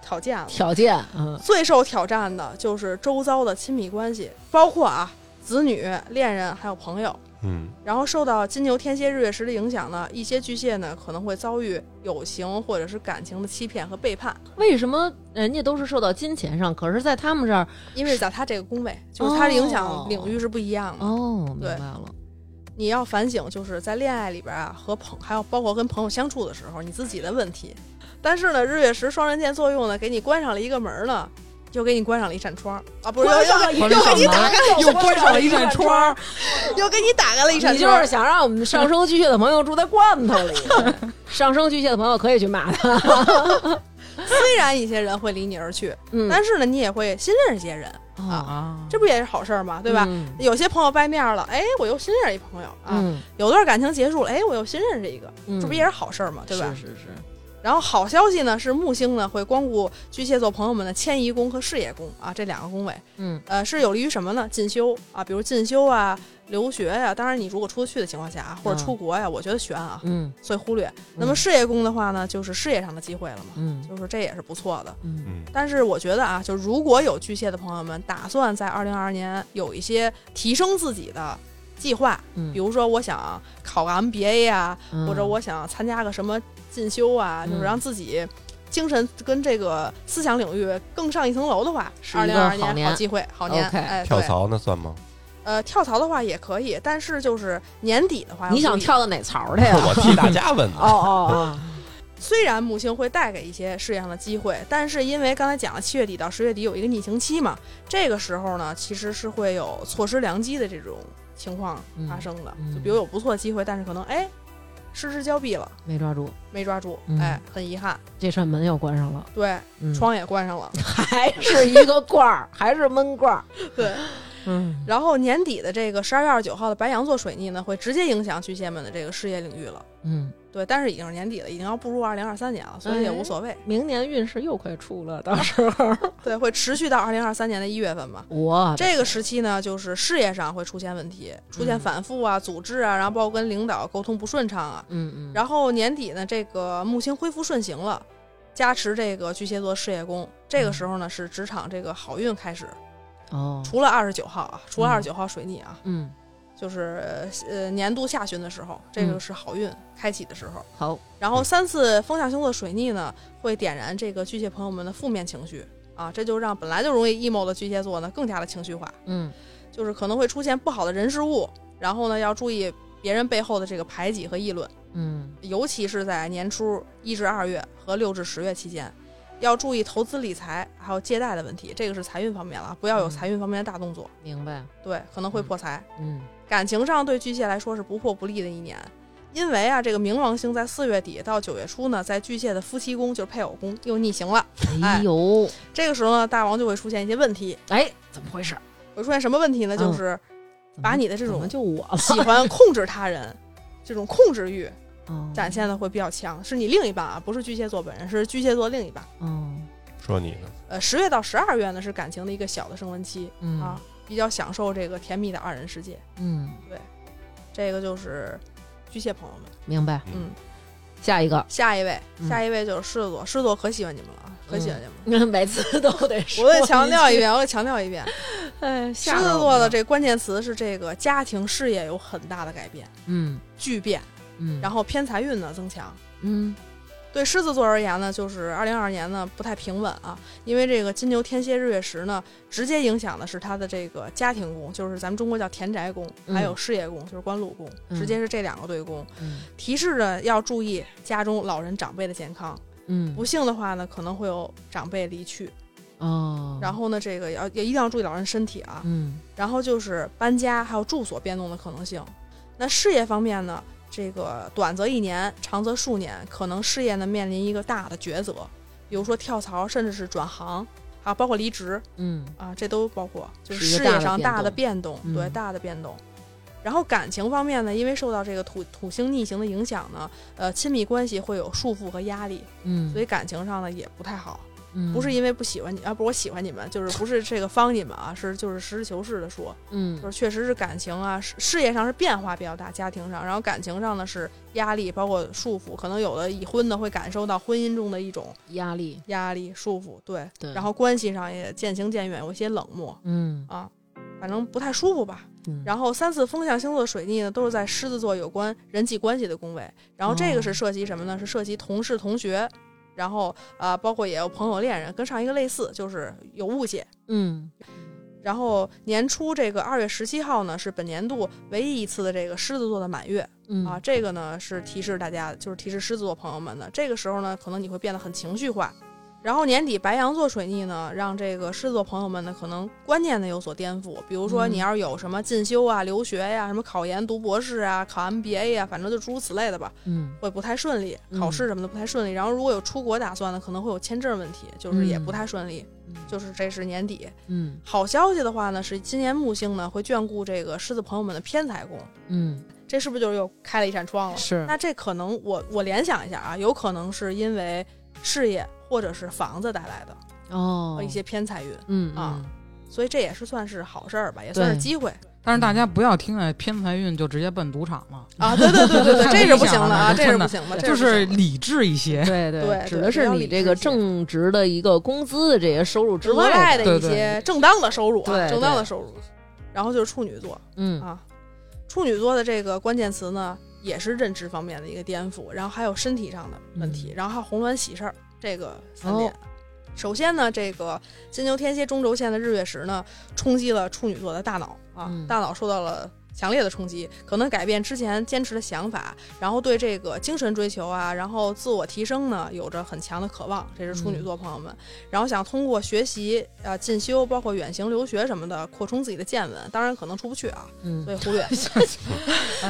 挑战了条件嗯最受挑战的就是周遭的亲密关系，包括啊子女、恋人还有朋友。嗯，然后受到金牛、天蝎、日月食的影响呢，一些巨蟹呢可能会遭遇友情或者是感情的欺骗和背叛，为什么人家都是受到金钱上，可是在他们这儿因为在他这个宫位，就是他的影响领域是不一样的。哦，明对白了，你要反省，就是在恋爱里边啊，和朋还有包括跟朋友相处的时候，你自己的问题。但是呢，日月食双刃剑作用呢，给你关上了一个门呢，又给你关上了一扇窗啊，不是又关上了又一又扇给你打开了，又关上了一扇窗，又给你打开了一扇你就是窗。想让我们上升巨蟹的朋友住在罐头 里。上升巨蟹的朋友可以去骂 他。虽然一些人会离你而去，嗯但是呢，你也会新认识一些人，啊，啊，这不也是好事儿吗？对吧？嗯有些朋友掰面了，哎，我又新认识一朋友啊；嗯，有段感情结束了，哎，我又新认识一个，嗯这不也是好事儿吗？对吧？是是是，然后好消息呢是木星呢会光顾巨蟹座朋友们的迁移宫和事业宫啊这两个宫位，嗯，呃是有利于什么呢？进修啊，比如进修啊、留学呀、当然你如果出去的情况下啊，或嗯者出国呀、我觉得悬啊，嗯所以忽略。那么事业宫的话呢，就是事业上的机会了嘛，嗯就是这也是不错的。嗯嗯，但是我觉得啊，就如果有巨蟹的朋友们打算在二零二二年有一些提升自己的计划，嗯比如说我想考个 MBA 呀、嗯或者我想参加个什么进修啊，嗯就是让自己精神跟这个思想领域更上一层楼的话，是二一零个好二二年好年机会，好年。 OK 哎，跳对，槽那 算吗？呃，跳槽的话也可以，但是就是年底的话，你想？跳到哪槽去是呀？我替大家问 哦的。哦 虽然木星会带给一些事业上的机会，但是因为刚才讲了，七月底到十月底有一个逆行期嘛，这个时候呢，其实是会有错失良机的这种情况发生的。嗯嗯就比如有不错的机会，但是可能哎，失之交臂了，哦，没抓住，没抓住，嗯哎，很遗憾。这扇门要关上了，对，嗯窗也关上了。 还是一个罐儿，还是闷罐 儿。对，嗯然后年底的这个十二月二十九号的白羊座水逆呢，会直接影响巨蟹们的这个事业领域了。嗯，对，但是已经是年底了，已经要步入二零二三年了，所以也哎无所谓。明年运势又快出了，到时候对，会持续到二零二三年的一月份吧。我这个时期呢，就是事业上会出现问题，出嗯现反复啊、组织啊，然后包括跟领导沟通不顺畅啊。嗯嗯，然后年底呢，这个木星恢复顺行了，加持这个巨蟹座事业宫。这个时候呢，是职场这个好运开始。后嗯哦，除了二十九号啊，除了嗯二十九号水逆啊，嗯就是呃年度下旬的时候，这个嗯是好运开启的时候。好，然后三次风象星座水逆呢，会点燃这个巨蟹朋友们的负面情绪啊，这就让本来就容易 emo 的巨蟹座呢更加的情绪化，嗯就是可能会出现不好的人事物，然后呢要注意别人背后的这个排挤和议论，嗯尤其是在年初一至二月和六至十月期间。要注意投资理财，还有借贷的问题，这个是财运方面了，啊不要有嗯财运方面的大动作，明白，对，可能会破财。嗯感情上对巨蟹来说是不破不立的一年，因为啊，这个冥王星在四月底到九月初呢，在巨蟹的夫妻宫就是配偶宫又逆行了。哎呦，这个时候呢，大王就会出现一些问题，哎，怎么回事？会出现什么问题呢？嗯就是把你的这怎种么就我了？ 喜欢控制他人。这种控制欲哦展现的会比较强，是你另一半啊，不是巨蟹座本人，是巨蟹座另一半。哦说你呢？呃，十月到十二月呢是感情的一个小的升温期嗯啊，比较享受这个甜蜜的二人世界。嗯，这个就是巨蟹朋友们。明白。嗯，下一个， 下一位，嗯下一位就是狮子座，狮子座可喜欢你们了，啊，可喜欢你们了。每次都得说，我得强调一，遍，我得强调一 遍，哎，狮吓子着我座了的，这关键词是这个家庭事业有很大的改变、嗯巨变，嗯，然后后偏财运呢增强。嗯对狮子座而言呢，就是二零二二年呢不太平稳啊，因为这个金牛、天蝎、日月食呢，直接影响的是他的这个家庭宫，就是咱们中国叫田宅宫，嗯还有事业宫，就是官禄宫，嗯直接是这两个对宫，嗯提示着要注意家中老人长辈的健康。嗯，不幸的话呢，可能会有长辈离去。哦，然后呢，这个要也一定要注意老人身体啊。嗯然后就是搬家，还有住所变动的可能性。那事业方面呢，这个短则一年，长则数年，可能事业呢面临一个大的抉择，比如说跳槽，甚至是转行啊，包括离职嗯啊，这都包括，就是是一个事大业的上变大的动变动，对嗯大的变动。然后感情方面呢，因为受到这个土土星逆行的影响呢，呃，亲密关系会有束缚和压力，嗯，所以以感情上呢也不太好。不是因为不喜欢你啊，不是我喜欢你们，就是不是这个帮你们啊，是就是实事求是的说，嗯就是确实是感情啊，事事业上是变化比较大，家庭上，然后感情上呢是压力，包括束缚，可能有的已婚的会感受到婚姻中的一种压力，压力束缚，对，对，然后关系上也渐行渐远，有一些冷漠嗯啊，反正不太舒服吧。嗯，然后三次风象星座的水逆呢，都是在狮子座有关人际关系的宫位。然后这个是哦涉及什么呢？是涉及同事、同学，然后呃，包括也有朋友、恋人，跟上一个类似，就是有误解。嗯然后年初这个二月十七号呢，是本年度唯一一次的这个狮子座的满月嗯啊。这个呢是提示大家，就是提示狮子座朋友们的，这个时候呢，可能你会变得很情绪化，然后年底白羊座水逆呢，让这个狮子座朋友们呢，可能观念呢有所颠覆。比如说，嗯你要是有什么进修啊、留学呀、什么考研读博士啊、考 MBA 呀、反正就诸如此类的吧，嗯会不太顺利，嗯考试什么的不太顺利。然后如果有出国打算呢，可能会有签证问题，就是也嗯不太顺利。就是这是年底。嗯好消息的话呢，是今年木星呢会眷顾这个狮子朋友们的偏财宫，嗯这是不是就是又开了一扇窗了？是那这可能我我联想一下啊，有可能是因为事业或者是房子带来的哦一些偏财运，嗯啊所以这也是算是好事儿吧，也对算是机会但是大家不要听了偏财运就直接奔赌场了，啊。对对对对对，这是不行了啊，这太危是险了不行了，这就是不是行了理智一些。对对对指对的比是较你理这智个一些正职的一个工资的这些收入之额外外的，的一对对些正当的收入，对啊，正当的收入。然后就是处女座嗯啊，处女座的这个关键词呢，也是认知方面的一个颠覆，然后还有身体上的问题，然后还有红鸾喜事儿这个三点。嗯哦首先呢，这个金牛、天蝎、中轴线的日月食呢，冲击了处女座的大脑啊，嗯大脑受到了强烈的冲击，可能改变之前坚持的想法，然后对这个精神追求啊，然后自我提升呢，有着很强的渴望，这是处嗯女座朋友们。然后想通过学习、呃进修，包括远行留学什么的，扩充自己的见闻。当然可能出不去啊，嗯，所以忽略。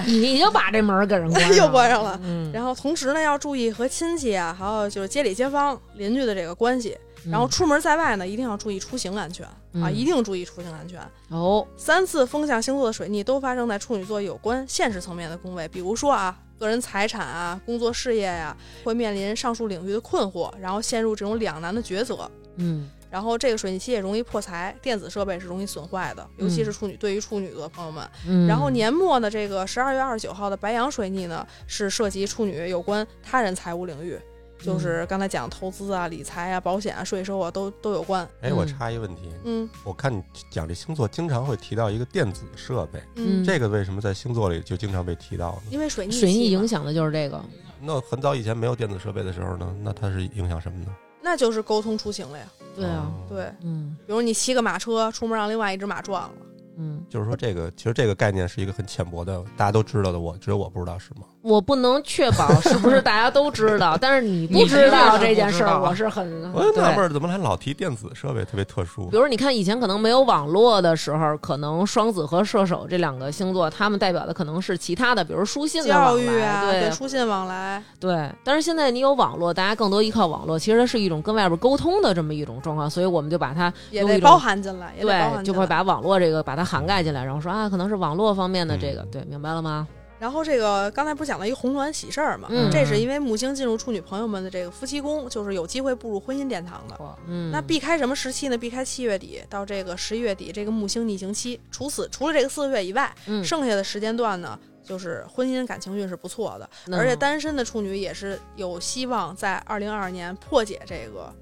你已经把这门儿给人关又关上上了嗯，然后同时呢，要注意和亲戚啊，还有就是街里街坊、邻居的这个关系。然后出门在外呢，一定要注意出行安全、啊，嗯一定注意出行安全。哦，三次风象星座的水逆都发生在处女座有关现实层面的宫位，比如说啊，个人财产啊、工作事业呀、会面临上述领域的困惑，然后陷入这种两难的抉择。嗯然后这个水逆期也容易破财，电子设备是容易损坏的，尤其是处女，对于处女座的朋友们。嗯，然后年末的这个十二月二十九号的白羊水逆呢，是涉及处女有关他人财务领域，嗯就是刚才讲投资啊、理财啊、保险啊、税收啊都都有关。哎，我嗯插一问题，嗯我看你讲这星座经常会提到一个电子设备，嗯这个为什么在星座里就经常被提到呢？因为水逆水逆期嘛影响的就是这个，那很早以前没有电子设备的时候呢，那它是影响什么呢？那就是沟通出行了呀。对啊，哦，对，嗯比如你骑个马车出门让另外一只马撞了，嗯，就是说这个其实这个概念是一个很浅薄的，大家都知道的我，只有我不知道是吗？我不能确保是不是大家都知 道，但是你不你知道是不这件知事儿，道啊我是很我就纳对闷儿怎么还老提电子设备，特别特殊比。如你看，以前可能没有网络的时候，可能双子和射手这两个星座，他们代表的可能是其他的，比如书信的往教来育啊，对书信往来，对。但是现在你有网络，大家更多依靠网络，其实它是一种跟外边沟通的这么一种状况，所以我们就把它也用一得种包含进来，也得包含对，进就会来把网络这个把它涵盖进来，然后说啊，可能是网络方面的这个，嗯对，明白了吗？然后这个刚才不是讲了一个红鸾喜事儿嘛，嗯这是因为木星进入处女朋友们的这个夫妻宫，就是有机会步入婚姻殿堂的。嗯，那避开什么时期呢？避开七月底到这个十一月底这个木星逆行期。除此除了这个四个月以外，嗯，剩下的时间段呢，就是婚姻感情运是不错的，那而且单身的处女也是有希望在二零二二年破解这个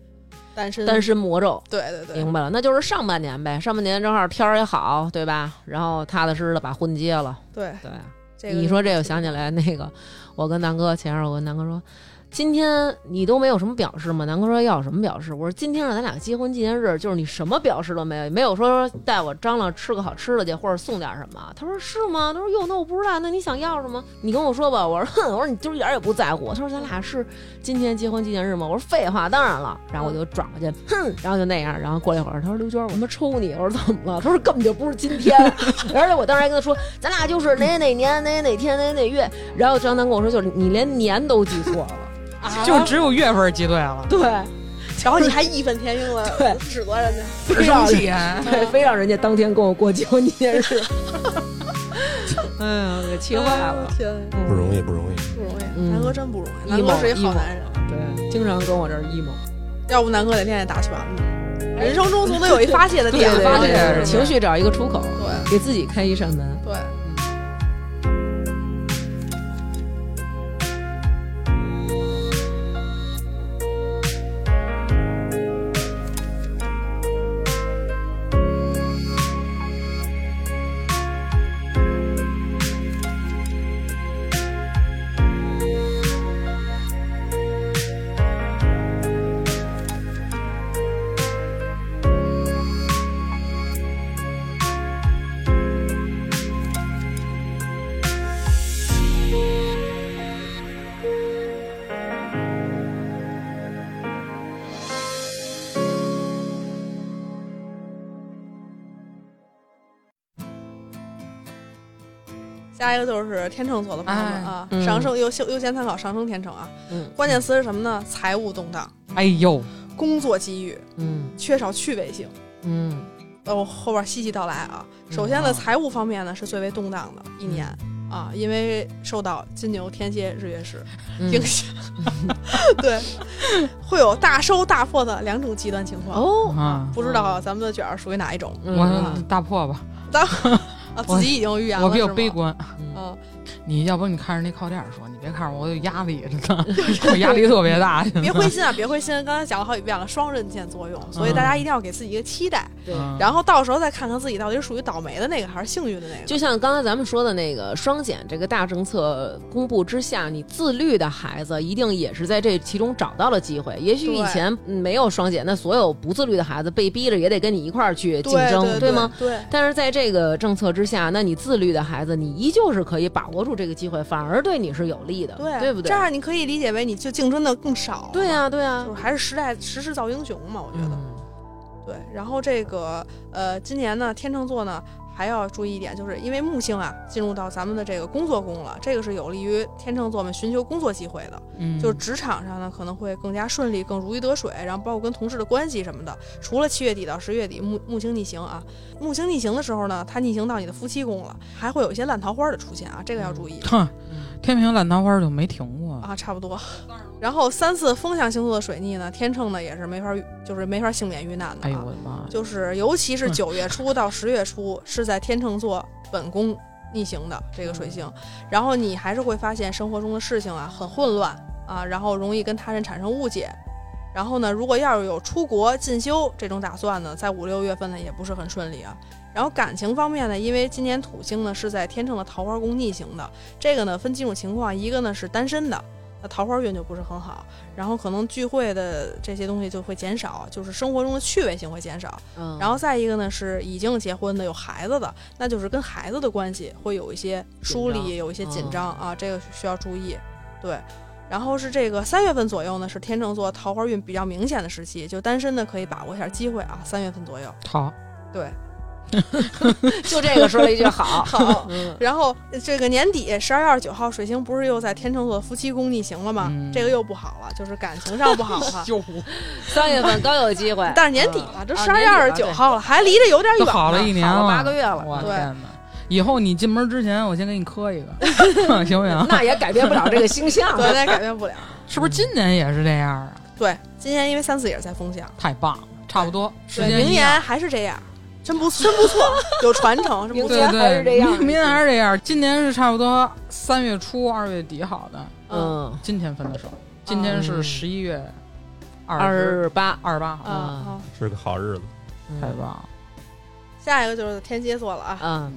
单身。单身魔咒。对对对，明白了，那就是上半年呗，上半年正好天儿也好，对吧？然后踏踏实实的把婚结了，对对。这个你说这个 个想起来那个，我跟南哥前一阵儿我跟南哥说，今天你都没有什么表示吗？南哥说要有什么表示？我说今天是咱俩结婚纪念日，就是你什么表示都没有，没有说带我张罗吃个好吃的去，或者送点什么。他说是吗？他说哟，那我不知道，那你想要什么？你跟我说吧。我说哼，我 说你就是一点儿也不在乎。他说咱俩是今天结婚纪念日吗？我说废话，当然了。然后我就转过去，哼，然后就那样。然后过了一会儿，他说刘娟，我他妈抽你。我说怎么了？他说根本就不是今天。 而且我当时还跟他说，咱俩就是哪哪年哪哪天哪哪月。然后张丹跟我说，就是你连年都记错了。就只有月份记对了，对，然后你还义愤填膺了， 对指责人家。很生 气。哎对，非让人家当天跟我过结婚纪念日。哎呀，嗯给气坏了。天， 不容易，不容易。不容易，嗯南哥真不容易，南 emo，哥是一好男人，嗯对，经常跟我这儿 emo，要不南哥得练练打拳呢。哎人生中总得有一发泄的点，对发泄对对情情绪，绪找一个出口，对给自己开一扇门。对。下一个就是天秤座的朋友们啊哎，嗯上升优先优先参考上升天秤啊。嗯关键词是什么呢？财务动荡、哎呦，工作机遇、嗯缺少趣味性。嗯呃，我后边细细道来啊。嗯首先呢，好财务方面呢是最为动荡的一年啊，因为受到金牛、天蝎、日月食嗯影 响，对，会有大收大破的两种极端情况。哦，啊，不知道咱们的卷儿属于哪一种嗯我大破吧，啊？我自己已经预言了，我比较是吗悲。观。嗯，你要不你看着那靠垫儿说，你别看着我，我有压力，真 的，我压力特别大。别灰心啊，别灰心。刚才讲了好几遍了，双刃剑作用，嗯所以大家一定要给自己一个期待，对。嗯然后到时候再看看自己到底是属于倒霉的那个还是幸运的那个。就像刚才咱们说的那个双减这个大政策公布之下，你自律的孩子一定也是在这其中找到了机会。也许以对前嗯没有双减，那所有不自律的孩子被逼着也得跟你一块儿去竞对争，对吗？？对，但是在这个政策之下，那你自律的孩子，你依旧是可以把握住这个机会，反而对你是有利的，对，不对这？样你可以理解为你就竞争的更少。对啊，嗯对啊就是，还是时代时势造英雄嘛，我觉得。对，然后这个呃，今年呢，天秤座呢还要注意一点，就是因为木星啊进入到咱们的这个工作宫了，这个是有利于天秤座们寻求工作机会的。嗯就是职场上呢可能会更加顺利，更如鱼得水，然后包括跟同事的关系什么的。除了七月底到十月底木木星逆行啊，木星逆行的时候呢，它逆行到你的夫妻宫了，还会有一些烂桃花的出现啊，这嗯个要 注意。哼，嗯天平烂桃花就没停过。啊，差不多。然后三次风象星座的水逆呢，天秤呢也是没法，就是没法幸免遇难哎的、啊。呦我的妈呀！就是尤其是九月初到十月初是在天秤座本宫逆行的这个水星，然后你还是会发现生活中的事情啊很混乱啊，然后容易跟他人产生误解。然后呢，如果要是有出国进修这种打算呢，在五六月份呢也不是很顺利啊。然后感情方面呢，因为今年土星呢是在天秤的桃花宫逆行的，这个呢分几种情况，一个呢是单身的，那桃花运就不是很好，然后可能聚会的这些东西就会减少，就是生活中的趣味性会减少。嗯然后再一个呢是已经结婚的有孩子的，那就是跟孩子的关系会有一些疏紧离，张有一些紧嗯张啊，这个需要注意。对，然后是这个三月份左右呢是天秤座桃花运比较明显的时期，就单身的可以把握一下机会啊，三月份左右。好，对，就这个说了一句 好，好。嗯然后这个年底十二月二十九号，水星不是又在天秤座的夫妻宫逆行了吗？嗯。这个又不好了，就是感情上不好 了，就三月份刚有机会 但是年底啊了，这啊十二月二十年底九了号了，还离着有点就远呢。好了一年好了，了八个月了我的对天哪！以后你进门之前，我先给你磕一个， 行不行？那也改变不了这个星象。对，那改变不了。是不是今年也是这样啊？对，今年因为三四也是在风向。太棒了，差不多。时对，间明一样年还是这样，真不真不错，有传承，是明不错。对年还是这对，样明明年还是这样。今年是差不多三月初二月底好的，嗯，今天分的手。今天是嗯十一月二嗯二十十八，二十八号，啊，好，是个好日子。嗯太棒了。下一个就是天蝎座了啊，嗯，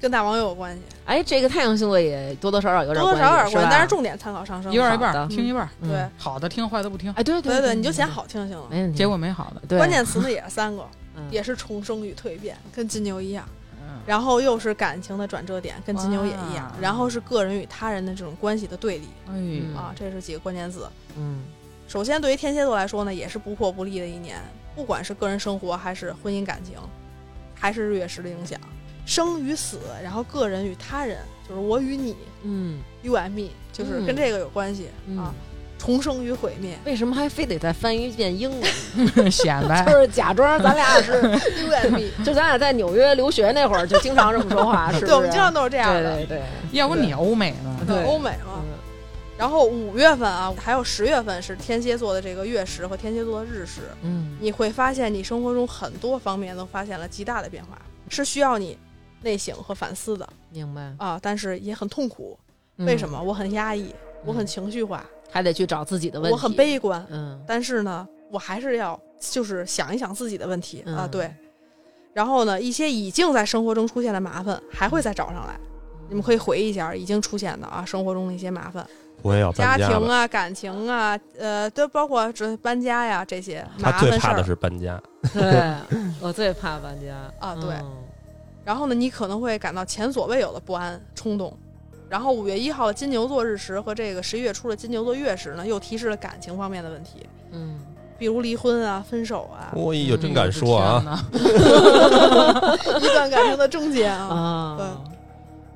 跟大王有关系，哎，这个太阳星座也多多少少有多点多少少关有关系系，吧但是重点参考上升。一半一嗯好半，的听一半。嗯对好的听，坏的不听，哎，对对对对，你就选，好听就行了。没问题。结果没好的。对关键词呢也是三个，嗯也是重生与蜕变，跟金牛一样。嗯，然后又是感情的转折点，跟金牛也一样哇。然后是个人与他人的这种关系的对立哎嗯呀，啊，这是几个关键字。嗯首先，对于天蝎座来说呢，也是不破不立的一年，不管是个人生活，还是婚姻感情，还是日月食的影响，生与死，然后个人与他人，就是我与你嗯， ，you and me，就是跟这个有关系、嗯啊。重生与毁灭为什么还非得再翻一遍英 文？显摆嗯 就。是假装咱俩是， ，you and me， 就咱俩在纽约留学那会儿就经常这么说话，是不是？啊对，我们经常都是这样对的，啊对对，要不你欧美呢？对欧美嘛。嗯然后五月份啊，还有十月份是天蝎座的这个月食和天蝎座的日食，嗯你会发现你生活中很多方面都发现了极大的变化，是需要你内省和反思的。明白。啊，但是也很痛苦。嗯为什么？我很压抑，我很情绪化，还得去找自己的问题？我很，悲观。嗯但是呢，我还是要就是想一想自己的问题、啊，嗯对。然后呢，一些已经在生活中出现的麻烦还会再找上嗯来。你们可以回忆一下已经出现的啊，生活中的一些麻烦，我也要家搬庭家了。啊、感情啊，呃，都包括这搬家呀这些麻他最烦事怕的儿是搬家，对，我最怕搬家啊对嗯然后呢，你可能会感到前所未有的不安、冲动。然后五月一号的金牛座日食和这个十一月初的金牛座月食呢，又提示了感情方面的问题，嗯，比如离婚啊、分手啊、我哎呦，真敢嗯说啊！啊！嗯一段感情的终结啊。啊，对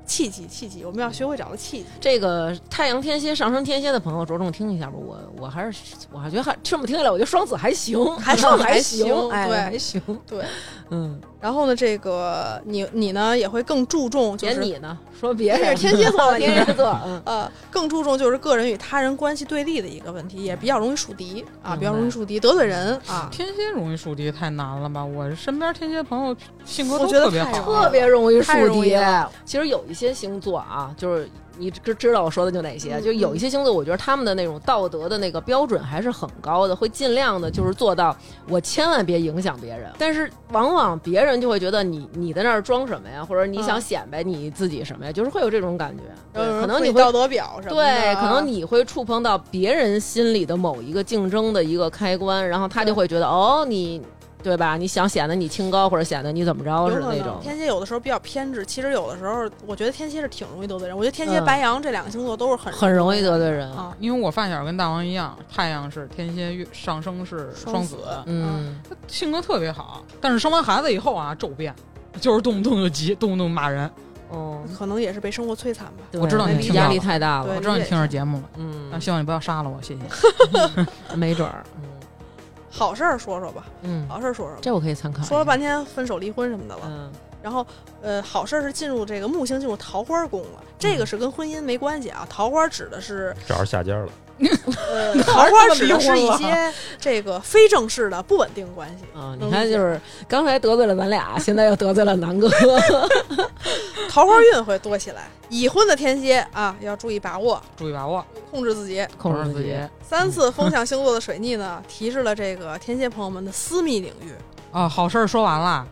契机，契机，我们要学会找到契机。这个太阳天蝎、上升天蝎的朋友着重听一下吧。我我还是我还觉得还这么听起来，我觉得双子还行，还 双子还还行哎，对还行，对，嗯。然后呢，这个你你呢也会更注重，就别是你呢，说别那人 是天 蝎座天蝎座，嗯，呃，更注重就是个人与他人关系对立的一个问题，也比较容易树敌啊，明比较白容易树敌，得罪人啊。天蝎容易树敌太难了吧？我身边天蝎朋友性格我都觉得特别太好，啊容易特别容易树太容易敌了。其实有一些星座啊，就是你知知道我说的就哪些，嗯就有一些星座，我觉得他们的那种道德的那个标准还是很高的，会尽量的就是做到我千万别影响别人。但是往往别人就会觉得你你在那儿装什么呀，或者你想嗯显摆你自己什么呀，就是会有这种感觉。然后有对人可能你嗯会会道德表什么的对，啊，可能你会触碰到别人心里的某一个竞争的一个开关，然后他就会觉得哦，你对吧？你想显得你清高，或者显得你怎么着有似可的能那种。天蝎有的时候比较偏执，其实有的时候我觉得天蝎是挺容易得罪人。我觉得天蝎、嗯白羊这两个星座都是很很容易得罪人。啊，因为我发小跟大王一样，太阳是天蝎，月上升是双子，嗯，他性格特别好。但是生完孩子以后啊，骤变，就是动不动就急，动不动骂人。哦，可能也是被生活摧残吧。对我知道你听到压了啊力太大我了对，知道你听着节目了，嗯但，希望你不要杀了我，谢谢。没准儿，好事儿说说吧，嗯嗯，好事儿说说吧。这我可以参考一下。说了半天分手、离婚什么的了，嗯，然后呃，好事儿是进入这个木星进入桃花宫了，这个是跟婚姻没关系啊。桃花指的是找着下家了。呃， 桃花指的是一些这个非正式的不稳定关系。啊，你看，就是刚才得罪了咱俩，现在又得罪了 南哥。桃花运会多起来。已婚的天蝎啊，要注意把握，注意把握，控制自己。控制自自己，三次风象星座的水逆呢，提示了这个天蝎朋友们的私密领域。啊！好事儿说完了，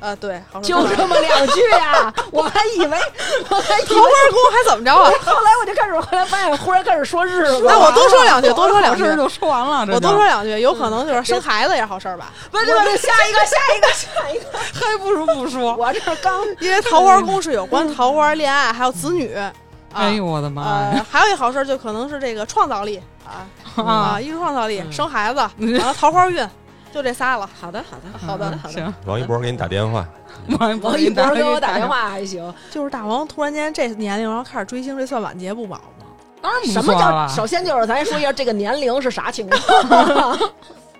呃，对，好就桃这么两句啊！我还以为，我还以花宫还怎么着啊？后来我就开始，后来发现忽然开始说 日子 那 我多说两句，多说两好句事。儿就说完了，这我多就说两句，有可能就是生孩子也是好事儿吧，不是不是，下一个下一个下一 个，还不如不说。 我这 刚因为桃花宫是有关桃花、恋爱还有子女啊。哎呦我的妈呀！呃，还有一好事儿就可能是这个创造力啊啊，艺术创造力，嗯生孩子，然后桃花运，就这仨了。好的呃好的好的好的嗯 行，王一博给你打电话， 王王一博给我打电，话还行，就是大王突然间这年龄，然后开始追星，这算晚节不保吗？当然不什错么叫？了首先就是咱说一下这个年龄是啥 情况，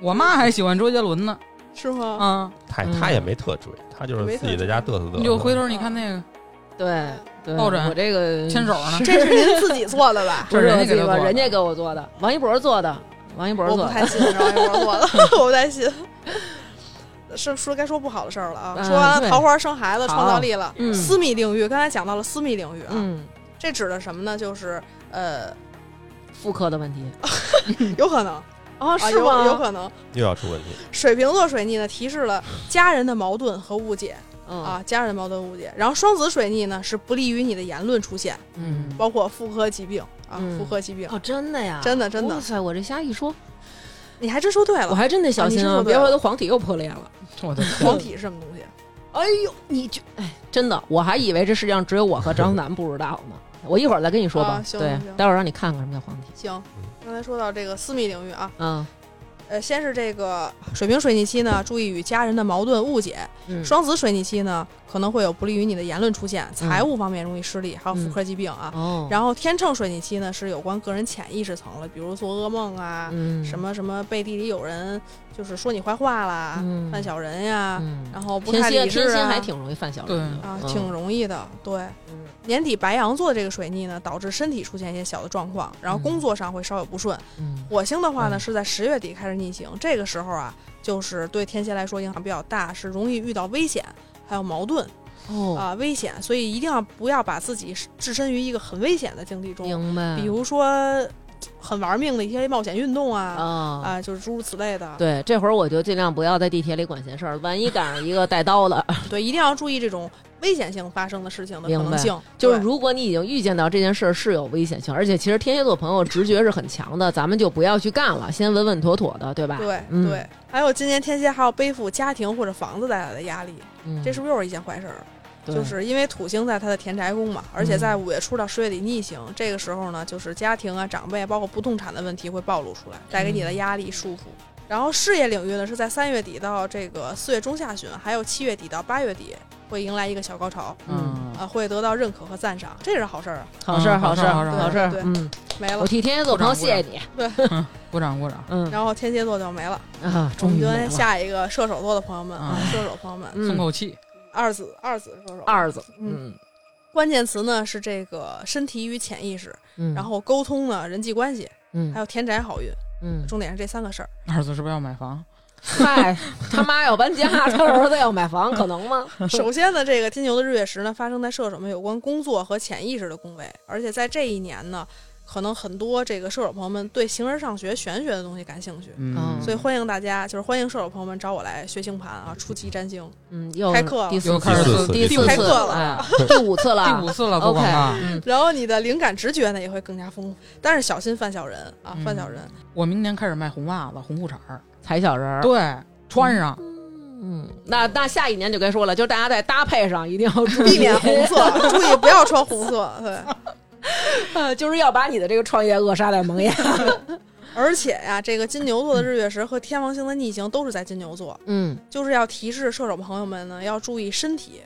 我妈还喜欢周杰伦呢，是吗？啊，他嗯他也没特追，他就是自己在家嘚瑟嘚瑟。你就回嗯头你看那 个，对对，抱枕我这个牵手呢这是您自己做的 吧？不 这是是人我家自给己他吧？做的人家给我做的，王一博做的，王一博我做不的。太信，然后一会儿做的， 我不太信。是说该说不好的事儿了啊！嗯说完了对桃花、生孩子、好创造力了，嗯私密领域，刚才讲到了私密领域啊，嗯，这指的什么呢？就是呃，妇科的问题嗯有可能啊啊，有有？可能。又要出问题，水瓶座水逆呢，提示了家人的矛盾和误解嗯啊，家人的矛盾误解。然后双子水逆呢，是不利于你的言论出现，嗯，包括妇科疾病啊，嗯妇科疾病。哦，真的呀，真的真的哇塞，我这瞎一说，你还真说对我了，还真得小心啊，啊你是说对别了回头黄体又破裂了。我的天，黄体是什么东西？哎呦，你就哎，真的，我还以为这世界上只有我和张楠不知道 呢。我一会儿再跟你说吧，啊行对行，待会儿让你看看什么叫黄体。行，刚才说到这个私密领域啊，嗯，呃，先是这个水瓶水逆期呢，注意与家人的矛盾误解；嗯双子水逆期呢，可能会有不利于你的言论出现，财务方面容易失利，还有妇科疾病啊。哦，然后天秤水逆期呢，是有关个人潜意识层了，比如做噩梦啊，嗯什么什么背地里有人就是说你坏话啦，嗯犯小人呀、嗯，啊然后不天太蝎理智天啊，蝎还挺容易犯小人的啊，嗯挺容易的，对。嗯年底白羊座这个水逆呢，导致身体出现一些小的状况，然后工作上会稍有不顺。嗯火星的话呢，嗯是在十月底开始逆行，这个时候啊，就是对天蝎来说影响比较大，是容易遇到危险，还有矛盾哦，啊、危险，所以一定要不要把自己置身于一个很危险的境地中，明白，比如说很玩命的一些冒险运动啊啊、啊。就是诸如此类的。对，这会儿我就尽量不要在地铁里管闲事儿，万一赶上一个带刀的，对，一定要注意这种危险性发生的事情的明可能白性，就是对如果你已经预见到这件事儿是有危险性，而且其实天蝎座朋友直觉是很强的，咱们就不要去干了，先稳稳妥妥的，对吧？对嗯对，还有今年天蝎还要背负家庭或者房子带来的压力，嗯，这是不是又是一件坏事儿？对就是因为土星在他的田宅宫嘛，而且在嗯五月初到十月底逆行，这个时候呢，就是家庭啊、长辈啊包括不动产的问题会暴露出来，带给你的嗯压力、束缚。然后事业领域呢，是在三月底到这个四月中下旬，还有七月底到八月底会迎来一个小高潮。嗯，啊，会得到认可和赞赏，这是好事儿啊。好事儿，嗯好好事事儿，儿好好事事儿儿。对嗯，没我了，替天蝎座朋友鼓掌谢谢你。鼓掌鼓掌。嗯然后天蝎座就没了。啊，我终们于就没问了。下一个射手座的朋友们，啊啊，射手朋友们，松嗯，口气，二子二子射手，二子，嗯嗯关键词呢是这个身体与潜意识，嗯，然后沟通呢人际关系，嗯还有田宅好运，嗯，重点是这三个 事儿。二子是不是要买房？嗨，他妈要搬家，他儿子要买房，可能 吗？首先呢，这个金牛的日月食呢发生在射手们有关工作和潜意识的宫位，而且在这一年呢，可能很多这个射手朋友们对形而上学、玄学的东西感兴趣。嗯嗯，所以欢迎大家，就是欢迎射手朋友们找我来学星盘啊，初级占星。嗯，又开课了第四又次开始四次第第四五开次课了哎，第五次了，啊 第五次了，做广告。 OK，嗯然后你的灵感直觉呢也会更加丰富，但是小心犯小人啊，嗯犯小人。我明年开始卖红袜子、红裤衩儿，踩小人儿。对，穿上。嗯，那那下一年就该说了，就是大家在搭配上一定要注意避免红色，注意不要穿红色。对， 呃就是要把你的这个创业扼杀在萌芽。而且呀、这个金牛座的日月食和天王星的逆行都是在金牛座， 嗯就是要提示射手朋友们呢要注意身体，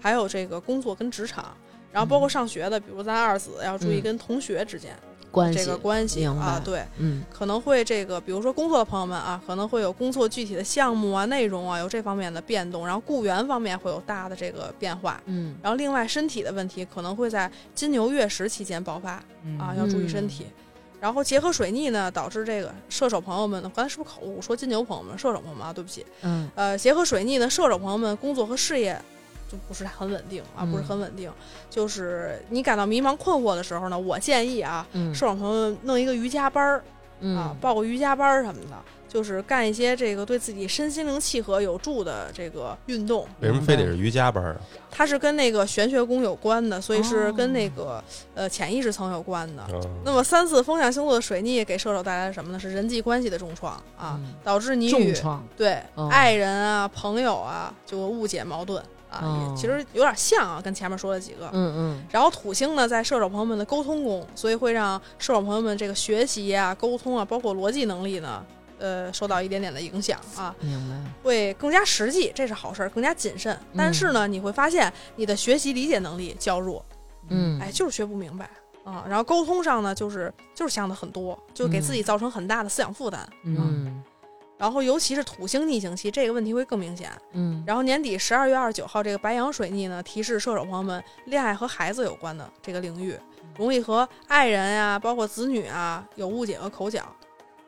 还有这个工作跟职场，然后包嗯括上学的，比如咱二子要注意跟同学之间、关这个关系明白啊，对，嗯可能会这个，比如说工作的朋友们啊，可能会有工作具体的项目啊、内容啊有这方面的变动，然后雇员方面会有大的这个变化。嗯然后，另外身体的问题可能会在金牛月食期间爆发，嗯嗯啊，要注意身体。然后结合水逆呢，导致这个射手朋友们，刚才是不是口误说金牛朋友们、射手朋友们啊？对不起，嗯呃，结合水逆呢，射手朋友们工作和事业就不是很稳定啊，嗯不是很稳定。就是你感到迷茫困惑的时候呢，我建议啊，嗯射手朋友们弄一个瑜伽班儿啊嗯，报个瑜伽班儿什么的，就是干一些这个对自己身心灵契合有助的这个运动。为什么非得是瑜伽班儿啊？它是跟那个玄学宫有关的，所以是跟那哦个、呃潜意识层有关的。嗯那么三次风象星座的水逆给射手带来了什么呢？是人际关系的重创啊，嗯导致你重与创，对、哦爱人啊、朋友啊就误解矛盾啊，哦也其实有点像啊，跟前面说的几个。嗯然后土星呢，在射手朋友们的沟通宫，所以会让射手朋友们这个学习啊、沟通啊，包括逻辑能力呢，呃，受到一点点的影响啊，嗯，明白。会更加实际，这是好事儿，更加谨慎。但是呢，你会发现你的学习理解能力较弱，嗯，哎，就是学不明白啊。然后沟通上呢，就是就是想的很多，就给自己造成很大的思想负担。嗯，嗯然后尤其是土星逆行期，这个问题会更明显。嗯，然后年底十二月二十九号这个白羊水逆呢，提示射手朋友们恋爱和孩子有关的这个领域，容易和爱人呀、包括子女啊有误解和口角。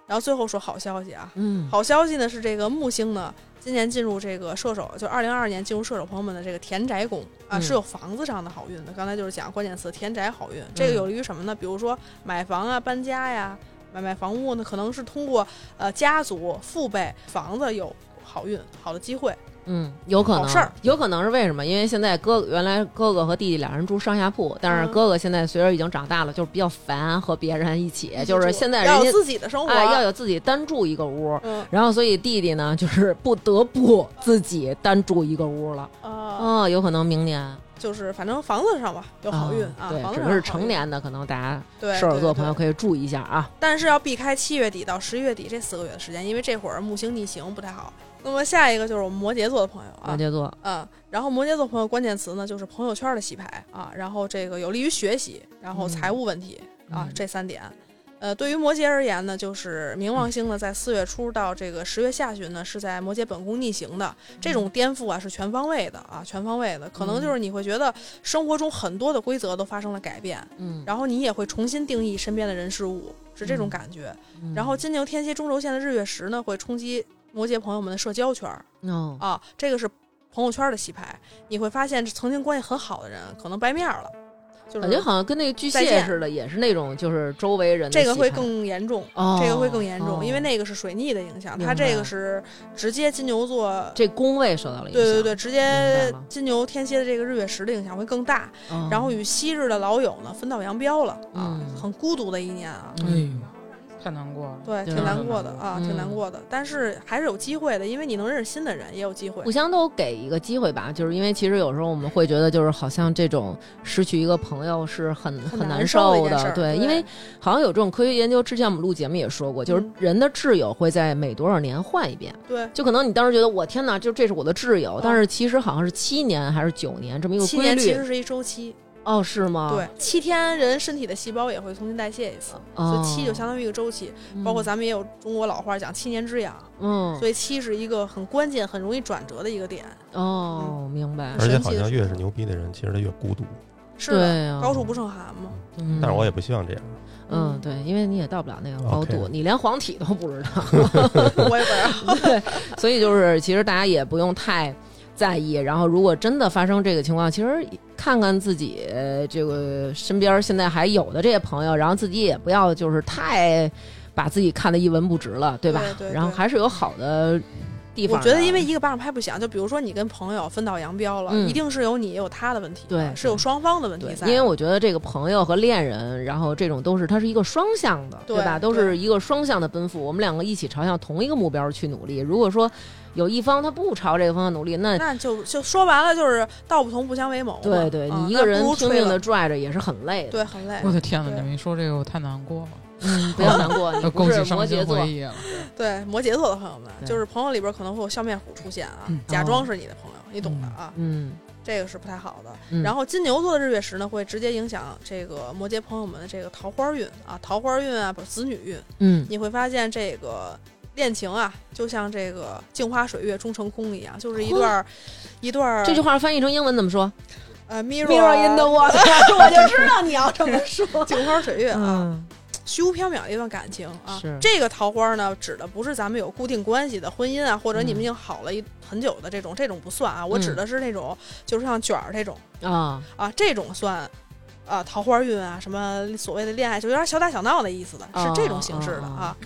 然后最后说好消息啊，嗯，好消息呢是这个木星呢，今年进入这个射手，就二零二二年进入射手朋友们的这个田宅宫啊，嗯是有房子上的好运的。刚才就是讲关键词田宅好运，这个嗯有利于什么呢？比如说买房啊、搬家呀、买卖房屋呢，可能是通过呃家族父辈房子有好运、好的机会。嗯，有可能好事儿有可能是为什么？因为现在哥原来哥哥和弟弟俩人住上下铺，但是嗯哥哥现在随着已经长大了，就是比较烦和别人一起，一起就是住现在要人有家自己的生活，哎要有自己单住一个屋，嗯然后所以弟弟呢就是不得不自己单住一个屋了。呃，嗯，有可能明年就是反正房子上吧有好运啊，对房，子只上是有好成运年的，可能大家对射手座对朋友对可以注意一下啊。但是要避开七月底到十一月底这四个月的时间，因为这会儿木星逆行不太好。那么下一个就是我们摩羯座的朋友摩啊，羯座，嗯，然后摩羯座朋友关键词呢就是朋友圈的洗牌啊，然后这个有利于学习，然后财务问题、啊嗯这三点。呃，对于摩羯而言呢，就是冥王星呢，在四月初到这个十月下旬呢，是在摩羯本宫逆行的。嗯这种颠覆啊，是全方位的啊，全方位的。可能就是你会觉得生活中很多的规则都发生了改变，嗯，然后你也会重新定义身边的人事物，是这种嗯感觉。嗯然后金牛、天蝎、中轴线的日月食呢，会冲击摩羯朋友们的社交圈儿哦，啊，这个是朋友圈的洗牌。你会发现，曾经关系很好的人啊可能掰面儿了，就感觉是好像跟那个巨再蟹见似的，也是那种就是周围人的这个喜会欢更严重，哦这个会更严重，哦因为那个是水逆的影响，明它这白个是直接金牛座。这宫位受到了影响。对对对，直白接了金牛、天蝎的这个日月食的影响会更大，嗯然后与昔日的老友呢分道扬�镳了嗯啊，很孤独的一年啊。哎呦，太难过了。对，对挺难过的啊，嗯挺难过的。但是还是有机会的，因为你能认识新的人，也有机会互。相都给一个机会吧，就是因为其实有时候我们会觉得，就是好像这种失去一个朋友是很很难难受受的一件事的，儿对，对因为好像有这种科学研究，之前我们录节目也说过，就是嗯人的挚友会在每多少年换一遍，对，就可能你当时觉得我天哪，就这是我的挚友嗯，但是其实好像是七年还是九年这么一个七规年其律，实是一周期，哦，是吗？对，七天人身体的细胞也会重新代谢一次，哦，所以七就相当于一个周期。包括咱们也有中国老话讲七年之痒，嗯，所以七是一个很关键、很容易转折的一个点。哦，明白，而且神奇好的像嗯是越是牛逼的人，其实他越孤独。是的，对啊，高处不胜寒嘛。 嗯，但是我也不希望这样。嗯，对，因为你也到不了那个高度 OK 你连黄体都不知道，我也本对，所以就是其实大家也不用太在意。然后，如果真的发生这个情况，其实看看自己呃这个身边现在还有的这些朋友，然后自己也不要就是太把自己看得一文不值了，对吧？对对然后还是有好的地我方的。啊觉得，因为一个巴掌拍不响，就比如说你跟朋友分道扬镳了，嗯一定是有你也有他的问题，对是有双方的问题对，在。因为我觉得这个朋友和恋人，然后这种都是它是一个双向的，对吧？对都是一个双向的奔赴，我们两个一起朝向同一个目标去努力。如果说有一方他不朝这个方向努力，那那就就说白了，就是道不同不相为谋嘛。嗯对对，啊你一个人那不如拼吹命的了，拽着也是很累的。对，很累我。的天哪！对你们一说这个，我太难过了，嗯， 不要难过，你要勾不起是伤摩羯心座回。忆了。对，摩羯座的朋友们，对哦就是朋友里边可能会有笑面虎出现啊嗯， 假装是你的朋友，你懂的啊，嗯，这个是不太好的。嗯然后金牛座的日月食呢，会直接影响这个摩羯朋友们的这个桃花运啊，桃花运啊，不是子女运。 嗯，你会发现这个恋情啊，就像这个镜花水月终成空一样，就是一嚯段儿一段儿哦这句话翻译成英文怎么 说呃 mirror ？Mirror in the water，我就知道你要这么说。 镜花水月啊，嗯，虚无缥缈的一段感情啊是。这个桃花呢，指的不是咱们有固定关系的婚姻啊，或者你们嗯已经好了一很久的这种，这种不算啊。我指嗯的是那种，就是像卷儿这种啊，啊，这种算。啊，桃花运啊，什么所谓的恋爱，就有点小打小闹的意思的，哦是这种形式的啊，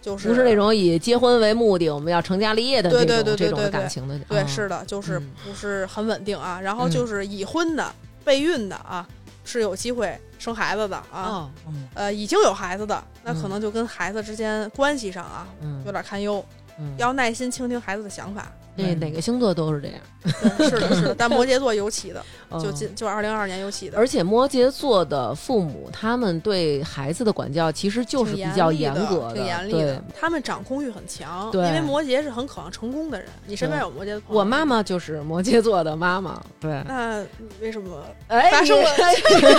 就是不是那种以结婚为目的，我们要成家立业的对这对种对对这种的对对感情的。对，啊是的，就是嗯不是很稳定啊。然后嗯就是已婚的、备孕的啊，是有机会生孩子的啊。哦，嗯，呃，已经有孩子的，那嗯可能就跟孩子之间关系上啊，嗯有，点堪忧，嗯要耐心倾听孩子的想法。那哪个星座都 是这样，对是的，是的，但摩羯座尤其的，就嗯今就二零二二年尤其的，而且摩羯座的父母，他们对孩子的管教其实就是比较挺严厉格的，挺严厉对的，。他们掌控欲很强，对因为摩羯是很渴望成功的人。你身边有摩羯的朋友？我妈。妈就是摩羯座的妈妈，对，那你为什么哎发生你了、